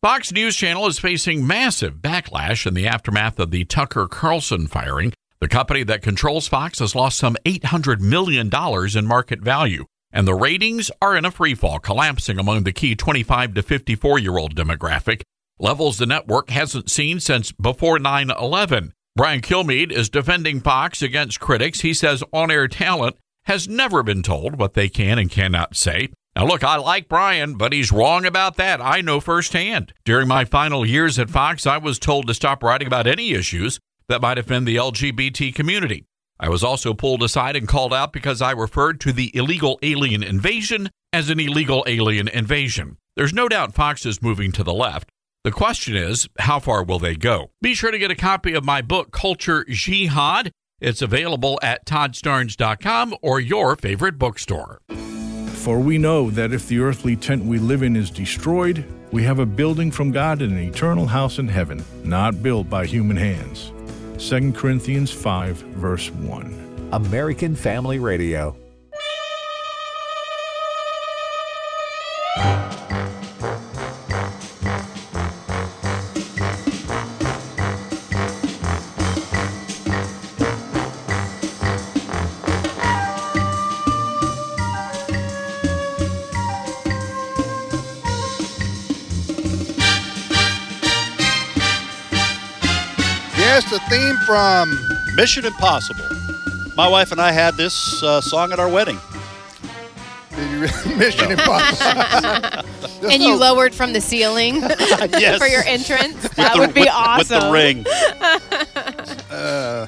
Speaker 13: Fox News Channel is facing massive backlash in the aftermath of the Tucker Carlson firing. The company that controls Fox has lost some $800 million in market value, and the ratings are in a freefall, collapsing among the key 25 to 54 year old demographic, levels the network hasn't seen since before 9 11. Brian Kilmeade is defending Fox against critics. He says on air talent has never been told what they can and cannot say. Now, look, I like Brian, but he's wrong about that. I know firsthand. During my final years at Fox, I was told to stop writing about any issues that might offend the LGBT community. I was also pulled aside and called out because I referred to the illegal alien invasion as an illegal alien invasion. There's no doubt Fox is moving to the left. The question is, how far will they go? Be sure to get a copy of my book, Culture Jihad. It's available at toddstarnes.com or your favorite bookstore.
Speaker 14: For we know that if the earthly tent we live in is destroyed, we have a building from God and an eternal house in heaven, not built by human hands. 2 Corinthians 5, verse 1.
Speaker 1: American Family Radio.
Speaker 5: Yes, the theme from
Speaker 3: Mission Impossible. My wife and I had this uh, song at our wedding.
Speaker 5: Mission Impossible.
Speaker 6: and you lowered from the ceiling
Speaker 3: Yes.
Speaker 6: for your entrance. That
Speaker 3: the-
Speaker 6: would be
Speaker 3: with- with the
Speaker 6: awesome.
Speaker 3: ring.
Speaker 5: Uh,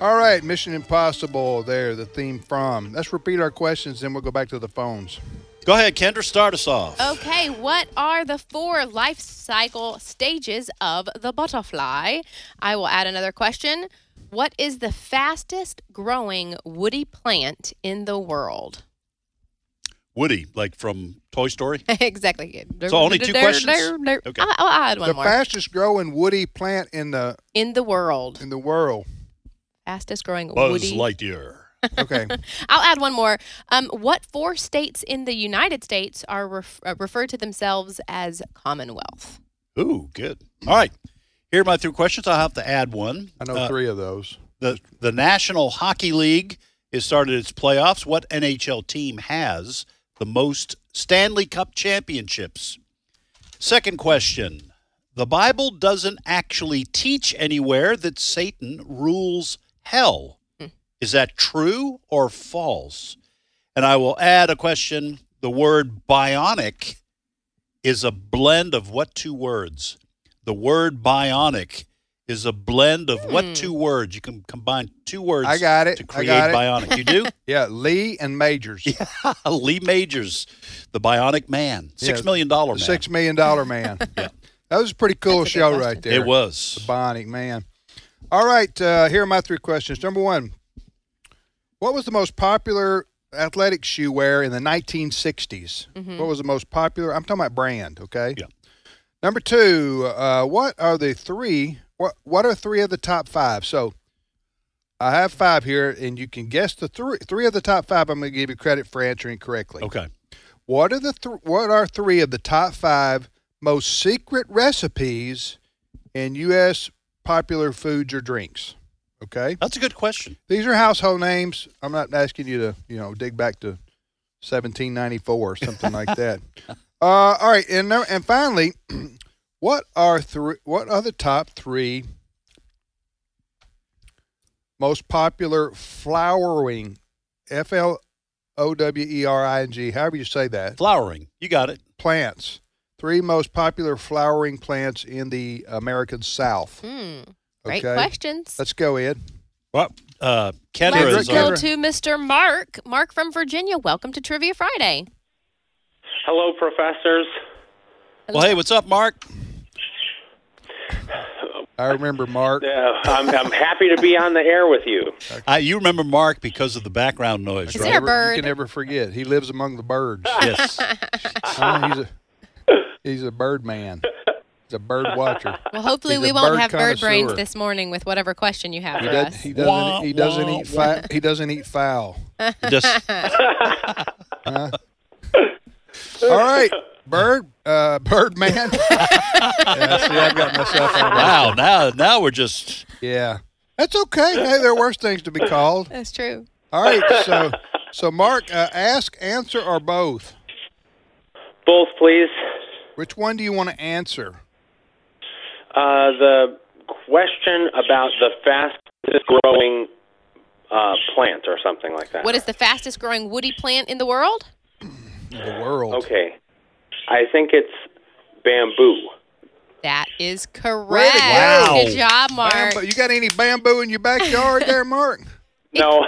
Speaker 5: all right, Mission Impossible. There, the theme from. Let's repeat our questions, then we'll go back to the phones.
Speaker 3: Go ahead, Kendra. Start us off.
Speaker 6: Okay, what are the four life cycle stages of the butterfly? I will add another question. What is the fastest growing woody plant in the world?
Speaker 3: Woody, like from Toy Story.
Speaker 6: exactly.
Speaker 3: So only two questions?
Speaker 6: Okay. I'll, I'll add one
Speaker 5: the
Speaker 6: more.
Speaker 5: fastest growing woody plant in the
Speaker 6: in the world.
Speaker 5: In the world.
Speaker 6: fastest growing
Speaker 3: Buzz
Speaker 6: woody.
Speaker 3: Lightyear.
Speaker 5: Okay.
Speaker 6: I'll add one more. Um, what four states in the United States are ref- uh, referred to themselves as Commonwealth?
Speaker 3: Ooh, good. All right. Here are my three questions. I'll have to add one. Uh,
Speaker 5: I know three of those.
Speaker 3: The the National Hockey League has started its playoffs. What NHL team has the most Stanley Cup championships? Second question. The Bible doesn't actually teach anywhere that Satan rules hell. Is that true or false? And I will add a question. The word bionic is a blend of what two words? The word bionic is a blend of what two words? You can combine two words.
Speaker 5: I got it.
Speaker 3: To
Speaker 5: I
Speaker 3: create
Speaker 5: got it.
Speaker 3: bionic. You do?
Speaker 5: yeah, Lee and Majors.
Speaker 3: Yeah, Lee Majors, the bionic man. Six
Speaker 5: Yeah,
Speaker 3: million dollar man.
Speaker 5: the Six million dollar man. That was a pretty cool show right there.
Speaker 3: It was.
Speaker 5: The Bionic Man. All right, uh, here are my three questions. Number one, what was the most popular athletic shoe wear in the 1960s?
Speaker 15: Mhm.
Speaker 5: What was the most popular? I'm talking about brand, okay? Yeah. Number two, uh, what are the three? What What are three of the top five? So, I have five here, and you can guess the three. Three of the top five. I'm going to give you credit for answering correctly.
Speaker 3: Okay.
Speaker 5: What are the th- What are three of the top five most secret recipes in U.S. popular foods or drinks? Okay,
Speaker 3: that's a good question.
Speaker 5: These are household names. I'm not asking you to you know dig back to 1794 or something like that. Uh, all right, and no- and finally, what are three? What are the top three most popular flowering? F L O W E R I N G. However you say that.
Speaker 3: Flowering. You got it.
Speaker 5: Plants. Three most popular flowering plants in the American South.
Speaker 6: Hmm. Great
Speaker 5: Okay.
Speaker 6: questions.
Speaker 5: Let's go, Ed.
Speaker 3: What? Uh, Kendra
Speaker 6: Let's
Speaker 3: is
Speaker 6: go
Speaker 3: our,
Speaker 6: to Mr. Mark. Mark from Virginia. Welcome to Trivia Friday.
Speaker 15: Hello, professors.
Speaker 3: Well, hey, what's up, Mark?
Speaker 5: I remember Mark.
Speaker 15: Yeah, Uh, I'm, I'm happy to be on the air with you.
Speaker 3: Uh, you remember Mark because of the background noise,
Speaker 5: You
Speaker 3: right?
Speaker 5: never- You can never forget. He lives among the birds.
Speaker 3: Yes.
Speaker 5: Uh, he's, a, he's a bird man. He's a bird watcher.
Speaker 6: Well, hopefully
Speaker 5: He's
Speaker 6: we
Speaker 5: a
Speaker 6: won't
Speaker 5: bird
Speaker 6: have bird brains
Speaker 5: connoisseur.
Speaker 6: this morning with whatever question you have
Speaker 5: He,
Speaker 6: for
Speaker 5: does,
Speaker 6: us.
Speaker 5: he doesn't. he doesn't eat. Fi- he doesn't eat fowl.
Speaker 3: Just-
Speaker 5: Huh? All right, bird, uh, bird man. yeah, see, I've got myself on that.
Speaker 3: wow, now now we're just
Speaker 5: Yeah, that's okay. Hey, there are worse things to be called.
Speaker 6: That's true.
Speaker 5: All right, so so Mark, uh, ask, answer, or both.
Speaker 15: Both, please.
Speaker 5: Which one do you want to answer?
Speaker 15: Uh, the question about the fastest growing uh, plant or something like that.
Speaker 6: What is the fastest growing woody plant in the world?
Speaker 5: the world?
Speaker 15: Okay. I think it's bamboo.
Speaker 6: That is
Speaker 5: Way
Speaker 6: correct.
Speaker 5: to go.
Speaker 6: Good job, Mark.
Speaker 5: Bamboo- You got any bamboo in your backyard there, Mark?
Speaker 15: No.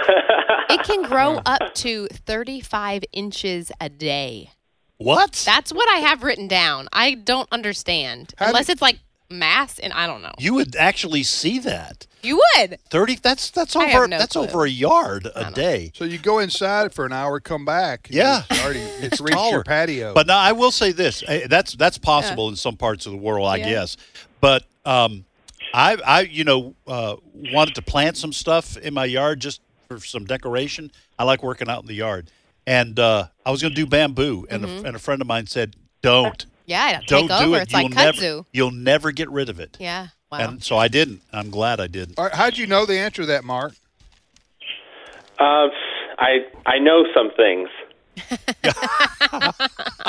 Speaker 6: It can grow up to 35 inches a day.
Speaker 3: What?
Speaker 6: That's what I have written down. I don't understand. Unless it's like mass and I don't know.
Speaker 3: you would actually see that.
Speaker 6: You would.
Speaker 3: Thirty. That's that's
Speaker 6: I
Speaker 3: over.
Speaker 6: have no
Speaker 3: that's
Speaker 6: clue.
Speaker 3: over a yard a day.
Speaker 5: So you go inside for an hour, come back. and
Speaker 3: Yeah.
Speaker 5: it's already it's reached
Speaker 3: taller.
Speaker 5: your patio.
Speaker 3: But now I will say this: eh, that's that's possible in some parts of the world, I
Speaker 5: Yeah.
Speaker 3: guess. But um, I I you know uh, wanted to plant some stuff in my yard just for some decoration. I like working out in the yard, and uh, I was going to do bamboo, and
Speaker 6: Mhm.
Speaker 3: a, and a friend of mine said, "Don't,
Speaker 6: Yeah, it'll
Speaker 3: don't
Speaker 6: take over.
Speaker 3: do it.
Speaker 6: It's like
Speaker 3: you'll never,
Speaker 6: kudzu.
Speaker 3: you'll never get rid of it."
Speaker 6: Yeah. Wow.
Speaker 3: And so I didn't. I'm glad I didn't.
Speaker 5: All right, how'd you know the answer to that, Mark?
Speaker 15: Uh, I I know some things.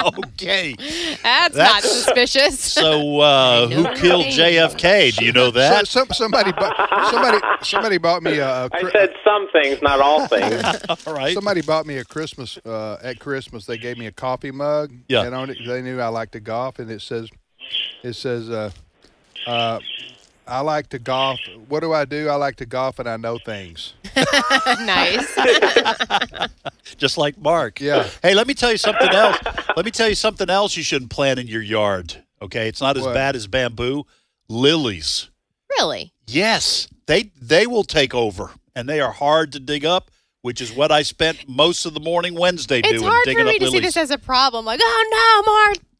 Speaker 3: okay.
Speaker 6: That's, not
Speaker 3: That's-
Speaker 6: suspicious.
Speaker 3: So uh, who killed JFK? Do you know that?
Speaker 5: So, some, somebody, bu- somebody, somebody bought me a. a
Speaker 15: I said some things, not all things.
Speaker 3: All right.
Speaker 5: Somebody bought me a Christmas uh, at Christmas. They gave me a coffee mug.
Speaker 3: Yeah.
Speaker 5: And on it, they knew I liked to golf, and it says, it says, uh, uh, I like to golf. What do I do? I like to golf, and I know things.
Speaker 6: nice.
Speaker 3: just like Mark.
Speaker 5: Yeah.
Speaker 3: Hey, let me tell you something else. let me tell you something else you shouldn't plant in your yard. Okay, it's not as
Speaker 6: What?
Speaker 3: bad as bamboo. Lilies.
Speaker 6: really?
Speaker 3: Yes, they they will take over, and they are hard to dig up, which is what I spent most of the morning Wednesday
Speaker 6: It's
Speaker 3: doing
Speaker 6: hard for
Speaker 3: digging
Speaker 6: me
Speaker 3: up
Speaker 6: to
Speaker 3: lilies.
Speaker 6: see this as a problem. Like, oh no,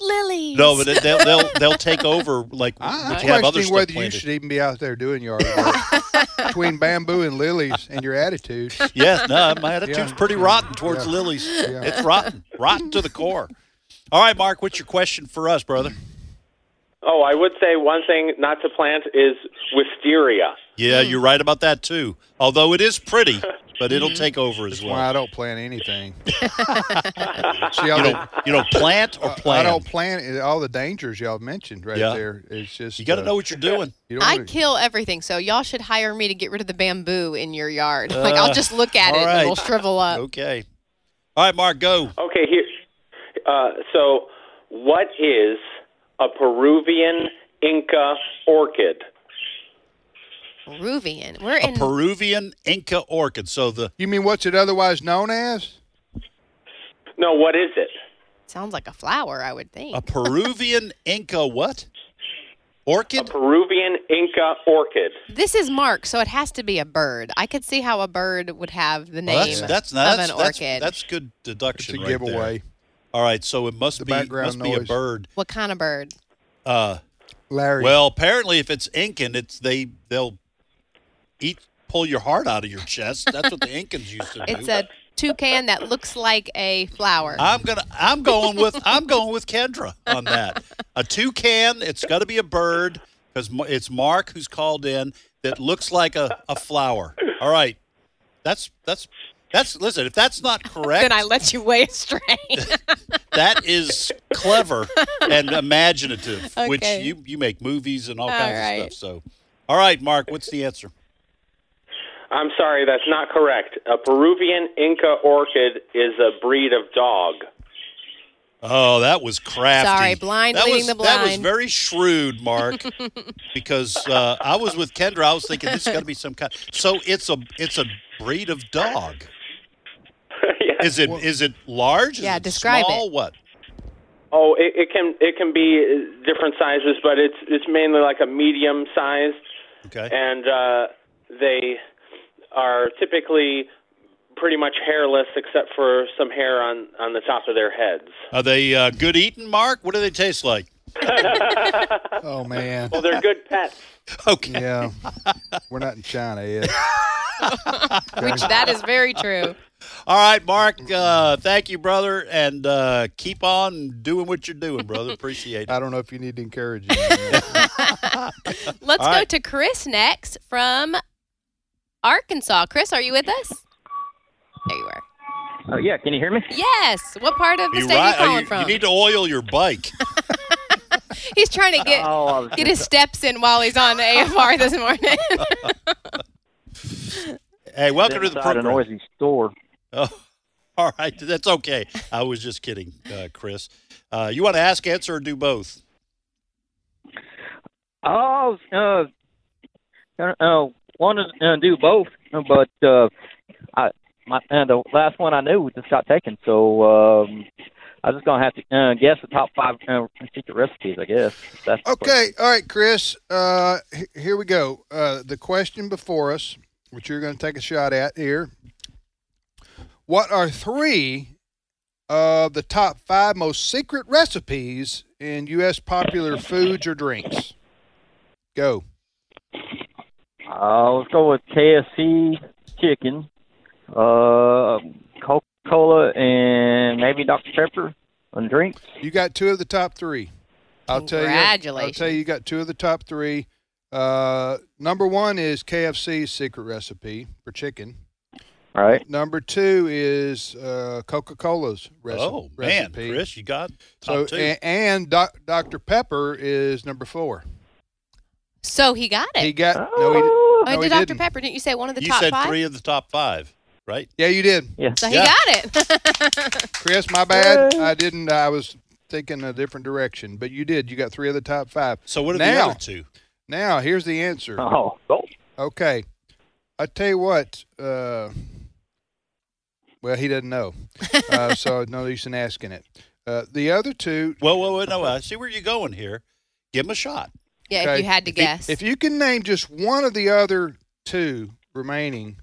Speaker 6: more lilies.
Speaker 3: no, but it- they'll they'll they'll take over like
Speaker 5: I'm
Speaker 3: if you have
Speaker 5: questioning
Speaker 3: other stuff
Speaker 5: whether you
Speaker 3: planted.
Speaker 5: should even be out there doing yard work between bamboo and lilies and your attitude.
Speaker 3: Yes, no, my attitude's
Speaker 5: Yeah.
Speaker 3: pretty rotten towards
Speaker 5: Yeah.
Speaker 3: lilies.
Speaker 5: Yeah.
Speaker 3: It's rotten, rotten to the core. All right, Mark, what's your question for us, brother?
Speaker 15: Oh, I would say one thing not to plant is wisteria.
Speaker 3: Yeah,
Speaker 6: Hmm.
Speaker 3: you're right about that too. Although it is pretty, but
Speaker 6: Mm-hmm.
Speaker 3: it'll take over as well.
Speaker 5: Why I don't plan anything. See,
Speaker 3: You
Speaker 5: all the-
Speaker 3: don't, you don't plant or
Speaker 5: I
Speaker 3: plan.
Speaker 5: don't plan it- all the dangers y'all mentioned right
Speaker 3: Yeah.
Speaker 5: there. It's just
Speaker 3: You got to
Speaker 5: uh,
Speaker 3: know what you're doing.
Speaker 5: You don't
Speaker 6: I
Speaker 5: wanna-
Speaker 6: kill everything, so y'all should hire me to get rid of the bamboo in your yard. like I'll
Speaker 3: Uh,
Speaker 6: just look at it
Speaker 3: all
Speaker 6: and
Speaker 3: right.
Speaker 6: it'll shrivel up.
Speaker 3: Okay. All right, Mark, go.
Speaker 15: Okay, here. Uh, so, what is a Peruvian Inca orchid?
Speaker 6: Peruvian. We're
Speaker 3: A
Speaker 6: in
Speaker 3: Peruvian Inca orchid. So the
Speaker 5: You mean what's it otherwise known as?
Speaker 15: No, what is it?
Speaker 6: sounds like a flower, I would think.
Speaker 3: a Peruvian Inca what? Orchid?
Speaker 15: Peruvian Inca orchid.
Speaker 6: This is Mark, so it has to be a bird. I could see how a bird would have the name
Speaker 3: Well, that's that's
Speaker 6: of
Speaker 3: that's,
Speaker 6: an
Speaker 3: that's,
Speaker 6: orchid.
Speaker 3: that's good deduction
Speaker 5: It's a
Speaker 3: right there.
Speaker 5: giveaway.
Speaker 3: All right, so it must be
Speaker 5: background
Speaker 3: must be a
Speaker 5: noise.
Speaker 3: bird.
Speaker 6: what kind of bird?
Speaker 3: Uh,
Speaker 5: Larry.
Speaker 3: well, apparently, if it's Incan, it's they they'll eat pull your heart out of your chest. That's what the Incans used to do.
Speaker 6: It's a toucan that looks like a flower.
Speaker 3: I'm gonna. I'm going with. I'm going with Kendra on that. A toucan. It's got to be a bird because it's Mark who's called in that looks like a, a flower. All right. That's that's that's. Listen, if that's not correct,
Speaker 6: then I let you way astray.
Speaker 3: that is clever and imaginative, which
Speaker 6: Okay.
Speaker 3: you you make movies and all,
Speaker 6: All
Speaker 3: kinds
Speaker 6: right.
Speaker 3: of stuff. So, all right, Mark, what's the answer?
Speaker 15: I'm sorry, that's not correct. A Peruvian Inca orchid is a breed of dog.
Speaker 3: Oh, that was crafty.
Speaker 6: Sorry, blind
Speaker 3: that
Speaker 6: leading
Speaker 3: was,
Speaker 6: the
Speaker 3: That was
Speaker 6: blind.
Speaker 3: very shrewd, Mark, because uh, I was with Kendra. I was thinking this is got to be some kind. So it's a it's a breed of dog. Is it is it large? Is
Speaker 6: Yeah,
Speaker 3: it
Speaker 6: describe it.
Speaker 3: small? What?
Speaker 15: Oh, it, it can it can be uh, different sizes, but it's it's mainly like a medium size,
Speaker 3: Okay.
Speaker 15: and uh, they are typically pretty much hairless except for some hair on on the top of their heads.
Speaker 3: Are they uh, good eating, Mark? What do they taste like?
Speaker 5: Oh man.
Speaker 15: Well, they're good pets.
Speaker 3: Okay.
Speaker 5: Yeah. We're not in China yet.
Speaker 6: Which that is very true.
Speaker 3: All right, Mark. Uh, thank you, brother, and uh, keep on doing what you're doing, brother. Appreciate it.
Speaker 5: I don't know if you need to encourage you.
Speaker 6: Let's
Speaker 3: All
Speaker 6: go
Speaker 3: right.
Speaker 6: to Chris next from Arkansas. Chris, are you with us? There you are.
Speaker 16: Uh, yeah, can you hear me?
Speaker 6: Yes. What part of the
Speaker 3: You
Speaker 6: state are you
Speaker 3: right- Oh,
Speaker 6: calling
Speaker 3: you,
Speaker 6: from?
Speaker 3: you need to oil your bike.
Speaker 6: He's trying to get
Speaker 5: Oh,
Speaker 6: get his steps in while he's on the AFR this morning.
Speaker 3: Hey, welcome to the
Speaker 16: Inside a
Speaker 3: program.
Speaker 16: noisy store.
Speaker 3: Oh, all right, that's okay. I was just kidding, uh, Chris. Uh, you want to ask, answer, or do both?
Speaker 16: I was, uh, uh, wanted to uh, do both, but uh, I my uh, the last one I knew just got taken, so um, I just gonna have to uh, guess the top five uh, secret recipes. I guess. That's the question.
Speaker 5: Okay, all right, Chris. Uh, h- here we go. Uh, the question before us, which you're going to take a shot at here. What are three of the top five most secret recipes in U.S. popular foods or drinks? Go.
Speaker 16: Uh, let's go with KFC chicken, uh, Coca Cola, and maybe Dr Pepper on drinks.
Speaker 5: You got two of the top three. I'll tell you. I'll
Speaker 16: Congratulations.
Speaker 5: tell you, you got two of the top three. Uh, number one is KFC's secret recipe for chicken.
Speaker 16: All right.
Speaker 5: Number two is uh, Coca Cola's recipe.
Speaker 3: oh man, Chris, you got
Speaker 5: So
Speaker 3: top two.
Speaker 5: a- and doc, Dr Pepper is number four.
Speaker 6: so he got it.
Speaker 5: He got no, he,
Speaker 6: Oh,
Speaker 5: no,
Speaker 6: and
Speaker 5: he
Speaker 6: did Dr.
Speaker 5: didn't.
Speaker 6: Pepper, didn't you say one of the
Speaker 3: you
Speaker 6: top
Speaker 3: said
Speaker 6: five?
Speaker 3: three of the top five, right?
Speaker 5: Yeah, you did.
Speaker 16: Yeah.
Speaker 6: so he
Speaker 5: Yeah.
Speaker 6: got it.
Speaker 5: Chris, my bad. I didn't. I was thinking a different direction, but you did. You got three of the top five.
Speaker 3: So what are
Speaker 5: now,
Speaker 3: the other two?
Speaker 5: Now here's the answer.
Speaker 16: Oh, oh.
Speaker 5: Okay. I tell you what. Uh, well, he doesn't know, uh, so no use in asking it. Uh, the other two.
Speaker 3: Well, well, well, no, I see where you're going here. Give him a shot.
Speaker 6: yeah,
Speaker 5: Okay.
Speaker 6: if you had to
Speaker 5: you-
Speaker 6: guess.
Speaker 5: if you can name just one of the other two remaining,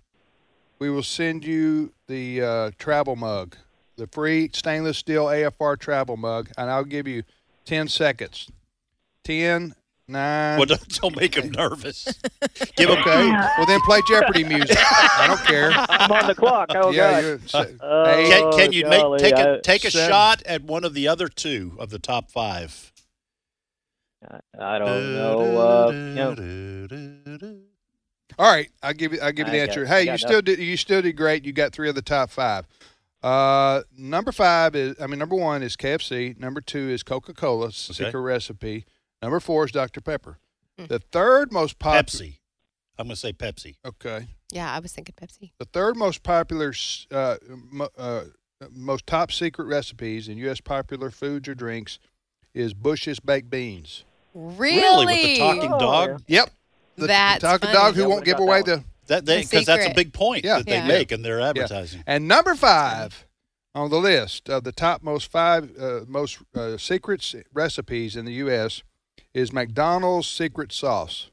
Speaker 5: we will send you the uh, travel mug, the free stainless steel AFR travel mug, and I'll give you 10 seconds. 10, 9.
Speaker 3: Well, don't, don't make him nervous. Give him
Speaker 5: Okay. Well, then play Jeopardy music. I don't care.
Speaker 16: I'm on the clock. Oh
Speaker 5: yeah,
Speaker 16: God.
Speaker 5: you're, se-
Speaker 16: Oh,
Speaker 3: can, can you
Speaker 16: golly,
Speaker 3: make take a
Speaker 16: I-
Speaker 3: take a
Speaker 5: Seven.
Speaker 3: shot at one of the other two of the top five?
Speaker 16: I don't know. Uh, you know
Speaker 5: All right, I'll give you. I'll give you the
Speaker 16: I got-
Speaker 5: answer.
Speaker 16: I
Speaker 5: hey,
Speaker 16: got
Speaker 5: you still did. You still did great. You got three of the top five. Uh, number five is. I mean, number one is KFC. Number two is Coca Cola secret recipe. Number four is Dr Pepper.
Speaker 16: Hmm.
Speaker 5: The third most popular.
Speaker 3: Pepsi. I'm gonna say Pepsi.
Speaker 5: Okay.
Speaker 6: yeah, I was thinking Pepsi.
Speaker 5: The third most popular, s- uh, mo- uh, most top secret recipes in U.S. popular foods or drinks is Bush's baked beans.
Speaker 6: Really?
Speaker 3: with the talking
Speaker 5: Oh,
Speaker 3: dog.
Speaker 5: Yep. The, the
Speaker 6: Oh. That's
Speaker 5: talking
Speaker 6: funny.
Speaker 5: dog who won't give away the
Speaker 3: That they
Speaker 6: The
Speaker 3: because that's a
Speaker 6: secret.
Speaker 3: big point
Speaker 5: Yeah.
Speaker 3: that they
Speaker 6: Yeah.
Speaker 3: make in their advertising.
Speaker 5: And number five on the list of the top most five uh, most uh, secret recipes in the U.S. is McDonald's secret sauce.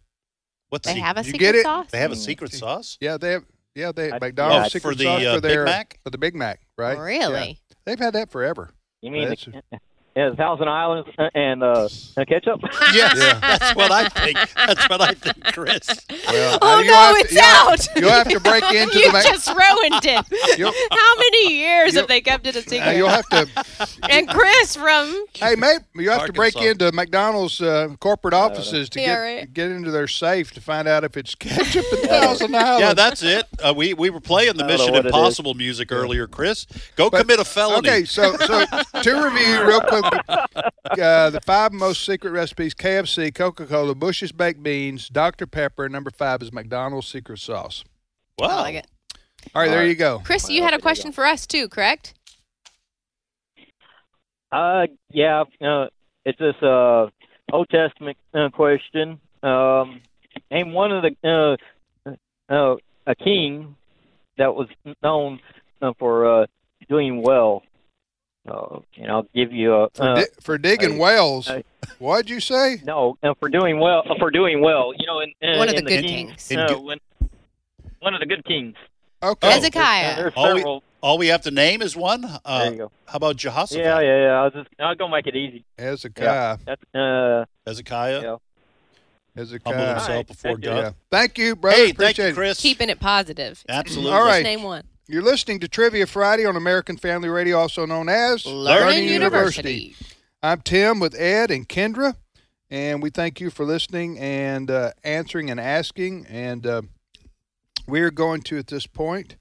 Speaker 3: What's
Speaker 6: They
Speaker 3: the-
Speaker 6: have a
Speaker 5: you
Speaker 6: secret
Speaker 5: get it?
Speaker 6: sauce? Mm.
Speaker 3: They have a secret sauce.
Speaker 5: Yeah, they have. Yeah, they
Speaker 16: I-
Speaker 5: McDonald's
Speaker 3: yeah, I-
Speaker 5: secret
Speaker 3: For the,
Speaker 5: sauce
Speaker 3: uh,
Speaker 5: for
Speaker 3: Big
Speaker 5: their
Speaker 3: Mac?
Speaker 5: for the Big Mac, right?
Speaker 6: Really?
Speaker 5: Yeah. They've had that forever.
Speaker 16: You mean
Speaker 5: That's-
Speaker 16: the, yeah, Thousand Islands uh, and uh, and ketchup?
Speaker 3: Yes,
Speaker 5: Yeah.
Speaker 3: that's what I think. That's what I think, Chris.
Speaker 5: Well,
Speaker 6: Oh,
Speaker 5: uh, you'll
Speaker 6: no,
Speaker 5: have to-
Speaker 6: it's
Speaker 5: you'll have-
Speaker 6: out.
Speaker 5: You'll have to break into
Speaker 6: you
Speaker 5: the Mac.
Speaker 6: just ruined
Speaker 5: You'll-
Speaker 6: it. How many years
Speaker 5: You'll-
Speaker 6: have they kept it a secret?
Speaker 5: uh, you'll have to.
Speaker 6: and Chris from
Speaker 5: Hey, mate, you have to break
Speaker 3: Arkansas.
Speaker 5: into McDonald's uh, corporate offices to
Speaker 6: Yeah,
Speaker 5: get
Speaker 6: right.
Speaker 5: get into their safe to find out if it's ketchup and Thousand Island.
Speaker 3: Yeah, that's it. Uh, we we were playing the
Speaker 16: I don't know
Speaker 3: Mission
Speaker 16: what it is.
Speaker 3: Impossible music earlier, Chris. Go
Speaker 5: But-
Speaker 3: commit a felony.
Speaker 5: Okay, so so to review real quick, uh, the five most secret recipes: KFC, Coca Cola, Bush's baked beans, Dr Pepper. and Number five is McDonald's secret sauce.
Speaker 3: wow.
Speaker 6: I like it.
Speaker 5: All right, there you go.
Speaker 6: Chris, you had a question for us too, correct?
Speaker 16: Uh, yeah. Uh, it's this uh Old Testament uh, question. Um, name one of the uh, uh a king that was known uh, for uh doing well. Uh, and I'll give you a
Speaker 5: For,
Speaker 16: uh,
Speaker 5: di- for digging
Speaker 16: a-
Speaker 5: wells.
Speaker 16: a-
Speaker 5: What'd you say?
Speaker 16: No, uh, for doing well. uh, For doing well, you know, in, in,
Speaker 5: One of
Speaker 16: in
Speaker 5: the good kings. In
Speaker 16: no,
Speaker 5: good-
Speaker 16: when- one of the good kings.
Speaker 5: Okay.
Speaker 16: Hezekiah. There's
Speaker 3: All we,
Speaker 16: several.
Speaker 3: all we have to name is one. Uh,
Speaker 16: There you go.
Speaker 3: How about Jehoshaphat?
Speaker 16: Yeah, yeah, yeah. I was just, I was gonna make it easy.
Speaker 5: Hezekiah.
Speaker 16: Yeah, that's, uh,
Speaker 3: Hezekiah.
Speaker 16: Yeah.
Speaker 5: Hezekiah.
Speaker 3: Humble himself before God.
Speaker 5: Yeah. Thank you, brother.
Speaker 3: Hey,
Speaker 5: Appreciate
Speaker 3: thank you,
Speaker 5: it.
Speaker 3: Chris.
Speaker 6: Keeping it positive.
Speaker 3: Absolutely.
Speaker 5: All right.
Speaker 6: Just name one.
Speaker 5: You're listening to Trivia Friday on American Family Radio, also known as
Speaker 6: Learning University.
Speaker 5: I'm Tim with Ed and Kendra, and we thank you for listening and uh, answering and asking. And uh, we're going to, at this point,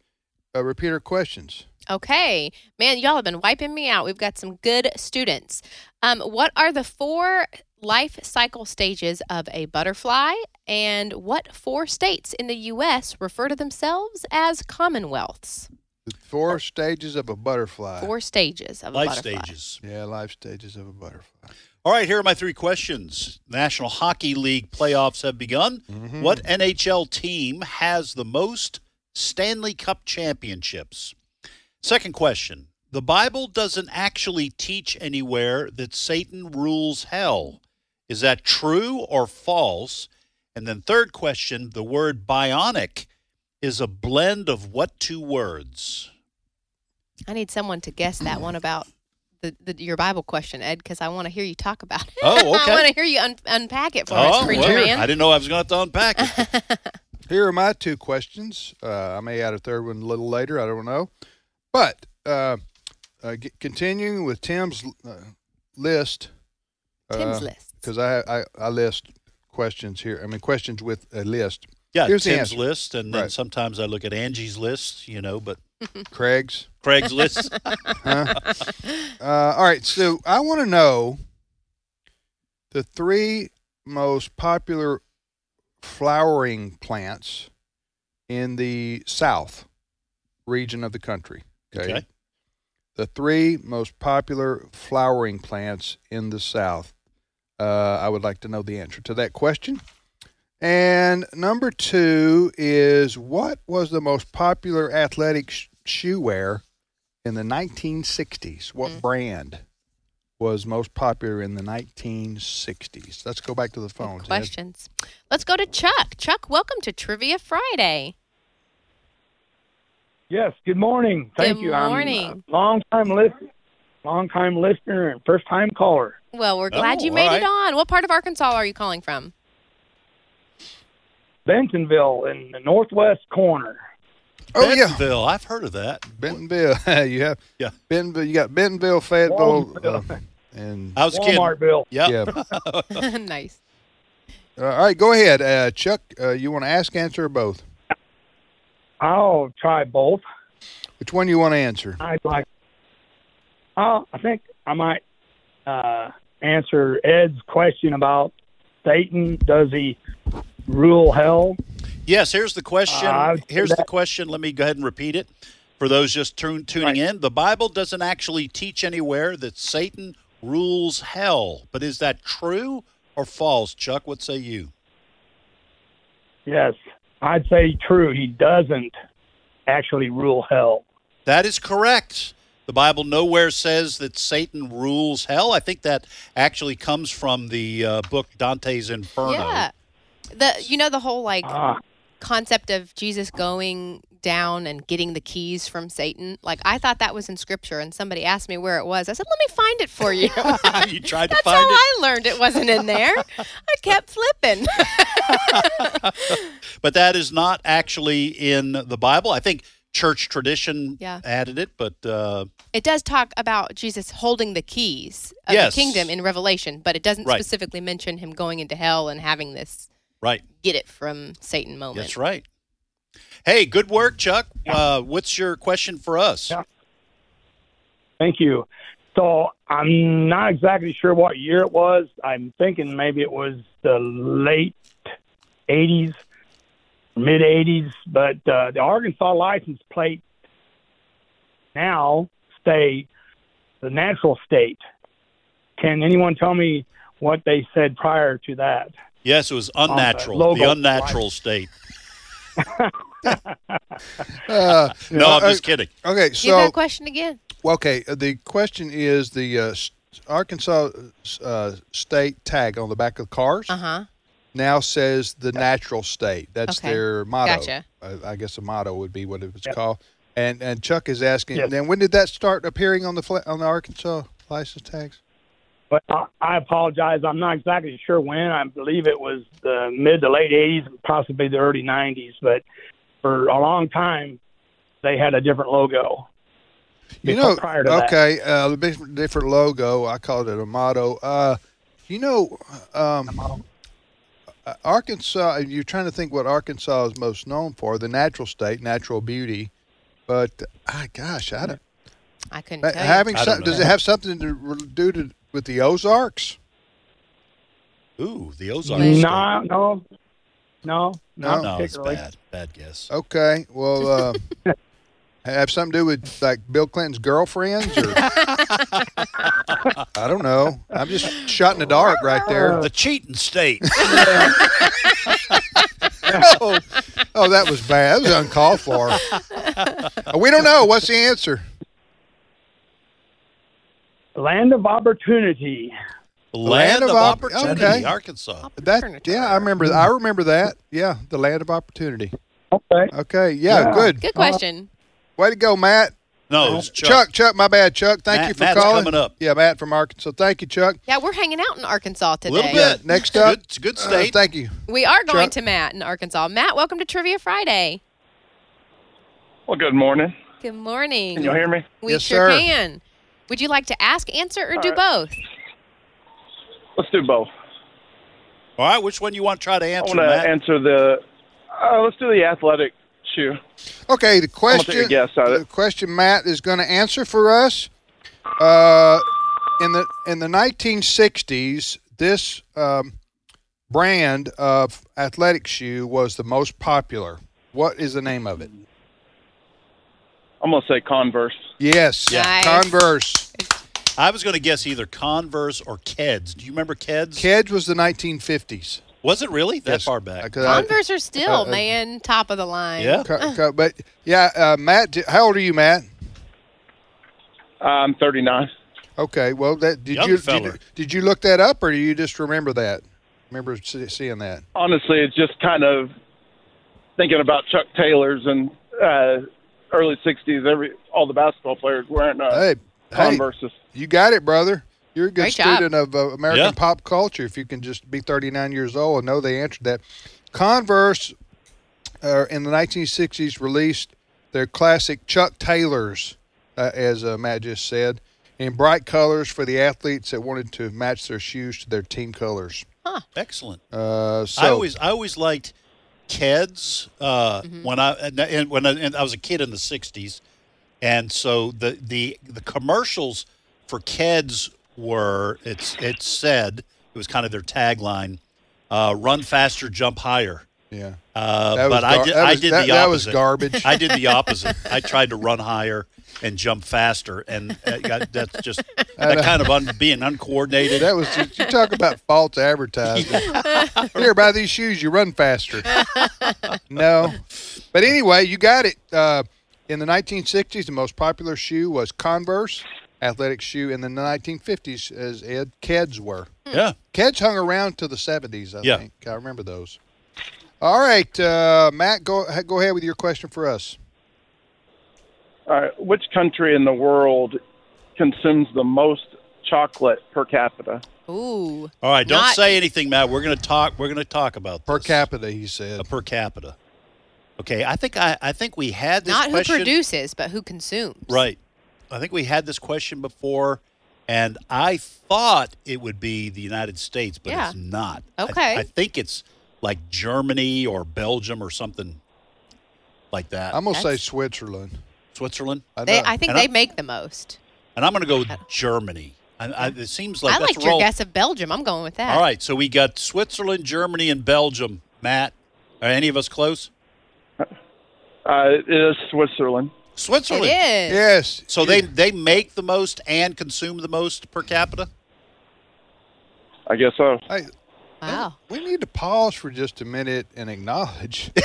Speaker 5: uh, repeat our questions.
Speaker 6: Okay. Man, y'all have been wiping me out. We've got some good students. Um, what are the four life cycle stages of a butterfly? And what four states in the U.S. refer to themselves as commonwealths?
Speaker 5: Four stages of a butterfly.
Speaker 6: Oh. Four stages of a
Speaker 3: Life
Speaker 6: butterfly.
Speaker 3: stages.
Speaker 5: Yeah, life stages of a butterfly.
Speaker 3: All right, here are my three questions. National Hockey League playoffs have begun.
Speaker 5: Mm-hmm.
Speaker 3: What NHL team has the most Stanley Cup championships? Second question The Bible doesn't actually teach anywhere that Satan rules hell. Is that true or false? And then, third question the word bionic is a blend of what two words?
Speaker 6: I need someone to guess that one about the, the, your Bible question, Ed, because I want to hear you talk about it.
Speaker 3: Oh,
Speaker 6: I
Speaker 3: okay.
Speaker 6: want to hear you un- unpack it for us,
Speaker 3: Oh,
Speaker 6: preacher
Speaker 3: well,
Speaker 6: man.
Speaker 3: I didn't know I was going to have to unpack it.
Speaker 5: Here are my two questions. Uh, I may add a third one a little later. I don't know. But uh, uh, g- continuing with Tim's uh, list.
Speaker 6: Tim's list.
Speaker 5: Because I, I, I list questions here. I mean, questions with a list.
Speaker 3: Yeah,
Speaker 5: Here's the
Speaker 3: Tim's
Speaker 5: answer.
Speaker 3: list, and then
Speaker 5: Right.
Speaker 3: sometimes I look at Angie's list, you know, but
Speaker 5: Craig's.
Speaker 3: Craig's list.
Speaker 5: Huh? Uh, all right. So I want to know the three most popular flowering plants in the South region of the country. Okay.
Speaker 3: Okay.
Speaker 5: The three most popular flowering plants in the South. Uh, I would like to know the answer to that question. And number two is what was the most popular athletic sh- shoe wear in the 1960s? What brand was most popular in the 1960s? Let's go back to the phones. Ed.
Speaker 6: Questions. Let's go to Chuck. Chuck, welcome to Trivia Friday.
Speaker 17: Yes. Good morning. Thank
Speaker 6: Good
Speaker 17: you.
Speaker 6: morning.
Speaker 17: long time listener, long time listener, and first time caller.
Speaker 6: Well, we're glad
Speaker 17: Oh,
Speaker 6: you made
Speaker 17: all
Speaker 6: it
Speaker 17: right.
Speaker 6: on. What part of Arkansas are you calling from?
Speaker 17: Bentonville in the northwest corner.
Speaker 5: Oh yeah,
Speaker 3: Bentonville. I've heard of that.
Speaker 5: Bentonville. you have
Speaker 3: yeah.
Speaker 5: Bentonville. You got Bentonville, Fayetteville, uh, and
Speaker 3: I was a kid.
Speaker 17: Walmartville.
Speaker 5: Yeah. Uh,
Speaker 6: nice.
Speaker 5: all right, go ahead, uh, Chuck. Uh, you want to ask, answer, or both?
Speaker 17: I'll try both.
Speaker 5: Which one you want to answer?
Speaker 17: I'd like. Oh, I think I might uh, answer Ed's question about Satan. Does he rule hell?
Speaker 3: Yes, here's the question.
Speaker 17: Uh, I would say
Speaker 3: here's the
Speaker 17: that-
Speaker 3: question. Let me go ahead and repeat it for those just tune, tuning in. The Bible doesn't actually teach anywhere that Satan rules hell, but is that true or false? Chuck, what say you?
Speaker 17: Yes, I'd say true. He doesn't actually rule hell.
Speaker 3: That is correct. The Bible nowhere says that Satan rules hell. I think that actually comes from the uh, book Dante's Inferno.
Speaker 6: Yeah. The you know the whole like
Speaker 3: Ah.
Speaker 6: concept of Jesus going down and getting the keys from Satan. Like I thought that was in scripture and somebody asked me where it was. I said, "Let me find it for you."
Speaker 3: you tried to
Speaker 6: That's
Speaker 3: find
Speaker 6: how
Speaker 3: it.
Speaker 6: I learned it wasn't in there. I kept flipping.
Speaker 3: but that is not actually in the Bible. I think church tradition
Speaker 6: Yeah.
Speaker 3: added it, but uh,
Speaker 6: It does talk about Jesus holding the keys of
Speaker 3: Yes.
Speaker 6: the kingdom in Revelation, but it doesn't
Speaker 3: Right.
Speaker 6: specifically mention him going into hell and having this
Speaker 3: right,
Speaker 6: get it from Satan moment.
Speaker 3: that's right. Hey, good work, Chuck. Uh, what's your question for us?
Speaker 17: Thank you. So I'm not exactly sure what year it was. I'm thinking maybe it was the late 80s, mid 80s, but uh, the Arkansas license plate now say the natural state Can anyone tell me what they said prior to that?
Speaker 3: Yes, it was
Speaker 17: On the
Speaker 3: unnatural. the
Speaker 17: logo.
Speaker 3: unnatural state.
Speaker 5: Uh,
Speaker 3: No, I'm
Speaker 5: uh,
Speaker 3: just kidding.
Speaker 5: Okay,
Speaker 6: Give
Speaker 5: so
Speaker 6: that question again.
Speaker 5: well, okay, uh, the question is the uh, s- Arkansas uh, state tag on the back of cars
Speaker 6: Uh huh.
Speaker 5: now says the natural state. That's
Speaker 6: Okay.
Speaker 5: their motto.
Speaker 6: Gotcha.
Speaker 5: I, I guess a motto would be what it was called. And and Chuck is asking. Then when did that start appearing on the fla- on the Arkansas license tags?
Speaker 17: But I, I apologize. I'm not exactly sure when. I believe it was the mid to late 80s, possibly the early 90s. But for a long time, they had a different logo.
Speaker 5: You
Speaker 17: Before-
Speaker 5: know,
Speaker 17: prior to that.
Speaker 5: okay, uh, the big- different logo. I called it a motto. Uh, you know, um, uh, Arkansas. You're trying to think what Arkansas is most known for: the natural state, natural beauty. But ah, gosh, I don't.
Speaker 6: I couldn't.
Speaker 5: But
Speaker 6: tell you.
Speaker 5: having some, does it have something to re- do to, with the Ozarks?
Speaker 3: Ooh, the Ozarks.
Speaker 17: No, no, no,
Speaker 5: No?
Speaker 17: no,
Speaker 5: No, it's
Speaker 3: bad. Bad guess.
Speaker 5: Okay, well, uh, have something to do with like Bill Clinton's girlfriends, or I don't know. I'm just shot in the dark right there.
Speaker 3: The cheating state.
Speaker 5: oh, oh, that was bad. That was uncalled for. Uh, We don't know. What's the answer?
Speaker 17: Land of Opportunity.
Speaker 5: Land of opp- okay.
Speaker 3: Arkansas.
Speaker 5: That yeah, I remember. I remember that. Yeah, the land of opportunity.
Speaker 17: Okay.
Speaker 5: Okay. Yeah. Uh-huh.
Speaker 6: Yeah.
Speaker 5: Good.
Speaker 6: Good question.
Speaker 5: Way to go, Matt.
Speaker 3: No, it's Chuck.
Speaker 5: Chuck. Chuck, my bad, Chuck. Thank
Speaker 3: Matt-
Speaker 5: you for
Speaker 3: Matt's
Speaker 5: calling.
Speaker 3: coming up.
Speaker 5: Yeah, Matt from Arkansas. Thank you, Chuck.
Speaker 6: Yeah, we're hanging out in Arkansas today.
Speaker 5: Yeah, next up,
Speaker 3: it's a good
Speaker 5: uh,
Speaker 3: state.
Speaker 5: thank you.
Speaker 6: We are going
Speaker 5: Chuck.
Speaker 6: to Matt in Arkansas. Matt, welcome to Trivia Friday.
Speaker 18: Well, good morning.
Speaker 6: Good morning.
Speaker 18: Can you hear me?
Speaker 6: We
Speaker 18: Yes,
Speaker 6: sure
Speaker 18: sir.
Speaker 6: can. Would you like to ask, answer, or
Speaker 18: All
Speaker 6: do
Speaker 18: right.
Speaker 6: both?
Speaker 18: Let's do both.
Speaker 3: All right, which one you want to try to
Speaker 18: I
Speaker 3: answer,
Speaker 18: want to
Speaker 3: Matt?
Speaker 18: answer the. Uh, let's do the athletic shoe.
Speaker 5: Okay, the question.
Speaker 18: take a guess at it.
Speaker 5: The question Matt is going to answer for us. Uh, in the in the 1960s, this um, brand of athletic shoe was the most popular. What is the name of it?
Speaker 18: I'm gonna say Converse.
Speaker 5: Yes,
Speaker 18: Nice.
Speaker 5: Converse.
Speaker 3: I was going to guess either Converse or Keds. Do you remember Keds?
Speaker 5: Keds was the 1950s.
Speaker 3: Was it really that far back?
Speaker 6: Converse are still,
Speaker 5: uh, uh,
Speaker 6: man, top of the line.
Speaker 5: Co- co- but yeah, uh, Matt, d- how old are you, Matt?
Speaker 18: I'm 39.
Speaker 5: Okay, well, that did
Speaker 18: Young
Speaker 5: you, did
Speaker 18: feller.
Speaker 5: you did you look that up, or do you just remember that? Remember see- seeing that?
Speaker 18: Honestly, it's just kind of thinking about Chuck Taylors and uh, early 60s. Every all the basketball players wearing uh,
Speaker 5: Hey, hey,
Speaker 18: Converses.
Speaker 5: you got it, brother. You're a good
Speaker 18: Great job.
Speaker 5: student of uh, American
Speaker 18: Yeah.
Speaker 5: pop culture. If you can just be 39 years old and know they answered that. Converse uh, in the 1960s released their classic Chuck Taylors, uh, as uh, Matt just said, in bright colors for the athletes that wanted to match their shoes to their team colors.
Speaker 3: Excellent.
Speaker 5: Uh, so
Speaker 3: I always I always liked Keds uh, when I and- and when I, and I was a kid in the '60s, and so the the the commercials for Keds were it's it said it was kind of their tagline, uh, "Run faster, jump higher."
Speaker 5: Yeah.
Speaker 3: Uh,
Speaker 5: That was
Speaker 3: but I
Speaker 5: gar-
Speaker 3: did,
Speaker 5: that
Speaker 3: I
Speaker 5: was-
Speaker 3: did
Speaker 5: that-
Speaker 3: the
Speaker 5: that was
Speaker 3: opposite.
Speaker 5: garbage.
Speaker 3: I did the opposite. I tried to run higher and jump faster, and uh, got- that's just
Speaker 5: I know.
Speaker 3: that kind of un, being uncoordinated.
Speaker 5: that was you talk about false advertising. Here, buy these shoes, you run faster. no, but anyway, you got it. Uh, in the 1960s, the most popular shoe was Converse, athletic shoe. In the 1950s, as Ed Keds were.
Speaker 3: Hmm. Yeah.
Speaker 5: Keds hung around to the 70s. I
Speaker 3: Yeah.
Speaker 5: think I remember those. All right, uh, Matt, go go ahead with your question for us.
Speaker 18: All right, which country in the world consumes the most chocolate per capita?
Speaker 6: Ooh. e-
Speaker 3: All right, don't
Speaker 18: Not-
Speaker 3: say anything, Matt. We're going to talk. We're going to talk about
Speaker 5: per capita. He said
Speaker 3: per capita. Okay, I think I, I think we had this
Speaker 6: Not who
Speaker 3: question
Speaker 6: produces, but who consumes.
Speaker 3: right. I think we had this question before, and I thought it would be the United States, but
Speaker 6: Yeah.
Speaker 3: it's not. I-
Speaker 6: Okay.
Speaker 3: I, think it's like Germany or Belgium or something like that.
Speaker 5: I'm gonna say Switzerland.
Speaker 3: Switzerland.
Speaker 6: They, I think
Speaker 3: and
Speaker 6: they
Speaker 3: I'm,
Speaker 6: make the most.
Speaker 3: And I'm going to go with Germany. I, I, it seems like
Speaker 6: I
Speaker 3: that's
Speaker 6: liked your
Speaker 3: roll-
Speaker 6: guess of Belgium. I'm going with that.
Speaker 3: All right, so we got Switzerland, Germany, and Belgium. Matt, are any of us close?
Speaker 18: Uh, it is Switzerland.
Speaker 3: Switzerland.
Speaker 6: It is.
Speaker 5: Yes.
Speaker 3: So they they make the most and consume the most per capita.
Speaker 18: I guess so.
Speaker 5: Hey, wow. We need to pause for just a minute and acknowledge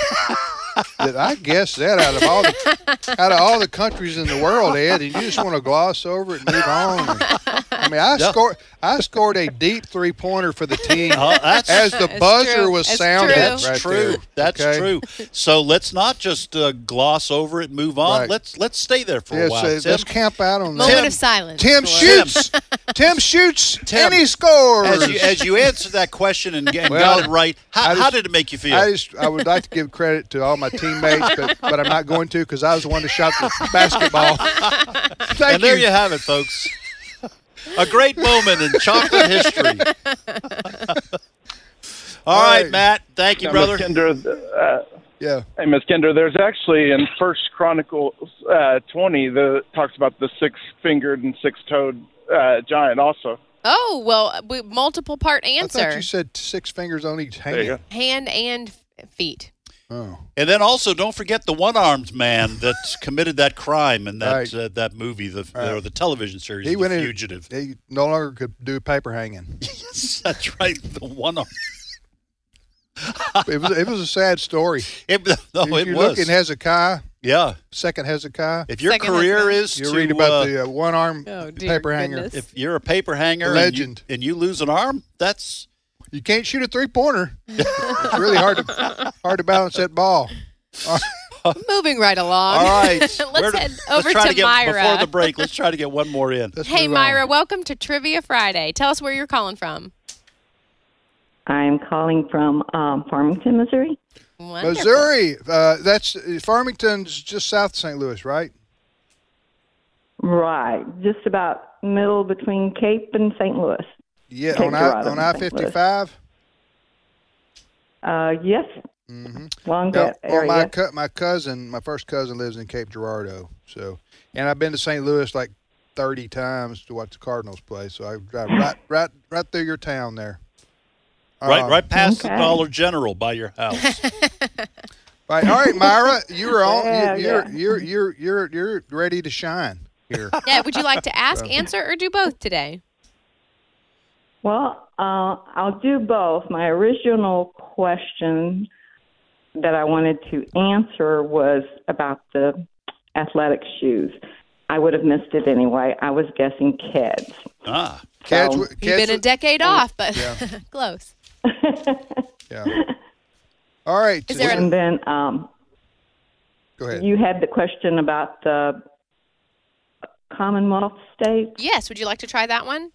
Speaker 5: that I guess that out of all the, out of all the countries in the world, Ed, and you just want to gloss over it and move on. I mean, I scored I scored a deep three pointer for the team
Speaker 3: Oh, that's-
Speaker 5: as the
Speaker 3: That's
Speaker 5: buzzer
Speaker 3: true.
Speaker 5: was
Speaker 3: That's
Speaker 5: sounded. right
Speaker 3: true. That's true.
Speaker 5: there,
Speaker 3: That's
Speaker 5: okay?
Speaker 3: true. So let's not just uh, gloss over it, and move on.
Speaker 5: Right. uh,
Speaker 3: Let's let's stay there for
Speaker 5: Yeah,
Speaker 3: a while.
Speaker 5: so
Speaker 3: Tim.
Speaker 5: let's camp out on
Speaker 3: Moment
Speaker 5: that.
Speaker 3: of silence,
Speaker 5: Tim
Speaker 3: Glenn.
Speaker 5: shoots. Tim shoots.
Speaker 3: Tim,
Speaker 5: and he scores.
Speaker 3: As you, as you answered that question and, and
Speaker 5: Well,
Speaker 3: got it right, how,
Speaker 5: I just-
Speaker 3: how did it make you feel?
Speaker 5: I just I would like to give credit to all my teammates, but, but I'm not going to because I was the one who shot the basketball. Thank
Speaker 3: and there you have it, folks. A great moment in chocolate history. All right, Matt. Thank you,
Speaker 18: Now,
Speaker 3: brother.
Speaker 18: Miss Kinder, uh,
Speaker 5: yeah.
Speaker 18: Hey, Miss Kinder, there's actually in First Chronicles uh, 20 that talks about the six-fingered and six-toed uh, giant. Also,
Speaker 6: Oh well, we, multiple part
Speaker 5: I thought
Speaker 6: answer.
Speaker 5: you said six fingers on each
Speaker 3: There you
Speaker 5: hand.
Speaker 6: Hand and f- feet.
Speaker 3: And then also, don't forget the one-armed man that committed that crime in that
Speaker 5: Right.
Speaker 3: uh, that movie, the or the television series,
Speaker 5: He
Speaker 3: The
Speaker 5: went in.
Speaker 3: Fugitive.
Speaker 5: He no longer could do paper hanging.
Speaker 3: yes, that's right. The one-armed.
Speaker 5: It was it was a sad story.
Speaker 3: It, no,
Speaker 5: if
Speaker 3: oh, it
Speaker 5: you look
Speaker 3: was.
Speaker 5: in Hezekiah,
Speaker 3: Yeah.
Speaker 5: second Hezekiah.
Speaker 3: If your Second career Hezekiah. is
Speaker 5: you
Speaker 3: to,
Speaker 5: read about
Speaker 3: uh,
Speaker 5: the uh, one arm paper hanger.
Speaker 3: If you're a paper hanger,
Speaker 5: The
Speaker 3: legend, and you, lose an arm, that's
Speaker 5: you can't shoot a three pointer. it's really hard to hard to balance that ball.
Speaker 6: Moving right along.
Speaker 3: All right.
Speaker 6: let's
Speaker 3: Where do-
Speaker 6: head over
Speaker 3: let's try
Speaker 6: to,
Speaker 3: to, get
Speaker 6: Myra.
Speaker 3: before the break. Let's try to get one more in.
Speaker 6: hey, Myra, welcome to Trivia Friday. Tell us where you're calling from.
Speaker 19: I'm calling from um, Farmington, Missouri.
Speaker 5: Missouri. Uh, that's Farmington's just south of St. Louis, right?
Speaker 19: Right, just about middle between Cape and St. Louis.
Speaker 5: Yeah,
Speaker 19: Cape
Speaker 5: on I
Speaker 19: Girardeau
Speaker 5: on
Speaker 19: and
Speaker 5: I
Speaker 19: St.
Speaker 5: fifty
Speaker 19: Louis.
Speaker 5: five.
Speaker 19: Uh, yes. Along
Speaker 5: No,
Speaker 19: that
Speaker 5: well,
Speaker 19: area.
Speaker 5: Mm-hmm. my co- my cousin, my first cousin, lives in Cape Girardeau. So, and I've been to St. Louis like thirty times to watch the Cardinals play. So I drive right right right through your town there.
Speaker 3: Right,
Speaker 5: Uh,
Speaker 3: right past the Dollar General by your house.
Speaker 5: Right, all right, Myra, you were on.
Speaker 6: Yeah,
Speaker 5: you,
Speaker 6: yeah.
Speaker 5: you're, you're you're you're you're ready to shine here.
Speaker 6: Yeah, would you like to ask,
Speaker 5: So-
Speaker 6: answer, or do both today?
Speaker 19: Well, uh, I'll do both. My original question that I wanted to answer was about the athletic shoes. I would have missed it anyway. I was guessing kids.
Speaker 3: Ah,
Speaker 5: Catch,
Speaker 19: So-
Speaker 6: You've been a decade off, but
Speaker 19: Yeah.
Speaker 6: close.
Speaker 5: All right.
Speaker 6: Is there a-
Speaker 19: and then um,
Speaker 5: Go ahead.
Speaker 19: you had the question about the Commonwealth states.
Speaker 6: Yes, would you like to try that one?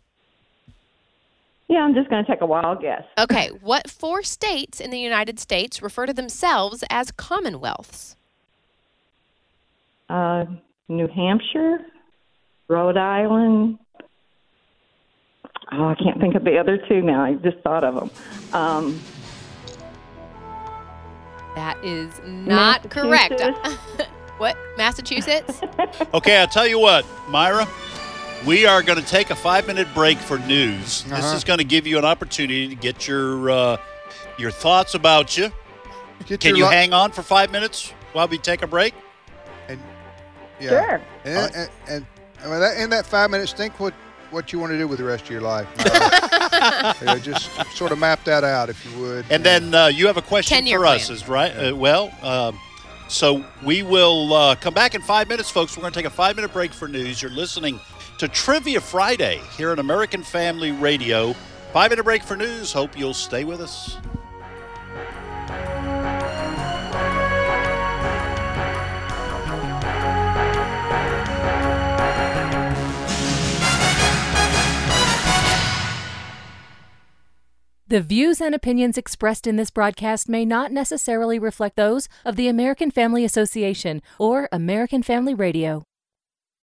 Speaker 19: Yeah, I'm just going to take a wild guess.
Speaker 6: Okay, what four states in the United States refer to themselves as commonwealths?
Speaker 19: Uh, New Hampshire, Rhode Island. Oh, I can't think of the other two now. I just thought of them. Um,
Speaker 6: That is not correct. what? Massachusetts?
Speaker 3: okay, I'll tell you what, Myra. We are going to take a five-minute break for news. This
Speaker 5: Uh-huh.
Speaker 3: is going to give you an opportunity to get your uh, your thoughts about you.
Speaker 5: Get
Speaker 3: Can
Speaker 5: your
Speaker 3: you
Speaker 5: li-
Speaker 3: hang on for five minutes while we take a break?
Speaker 5: Yeah.
Speaker 3: Sure.
Speaker 5: And,
Speaker 3: All right.
Speaker 5: and, and, and with that, in that five minutes, think what, what you want to do with the rest of your life. You know, just sort of map that out if you would.
Speaker 3: And then uh, you have a question
Speaker 5: Ten-year
Speaker 3: for us,
Speaker 5: plan.
Speaker 3: is right? Uh, well, um, so we will uh, come back in five minutes, folks. We're going to take a five minute break for news. You're listening to Trivia Friday here on American Family Radio. Five minute break for news. Hope you'll stay with us.
Speaker 20: The views and opinions expressed in this broadcast may not necessarily reflect those of the American Family Association or American Family Radio.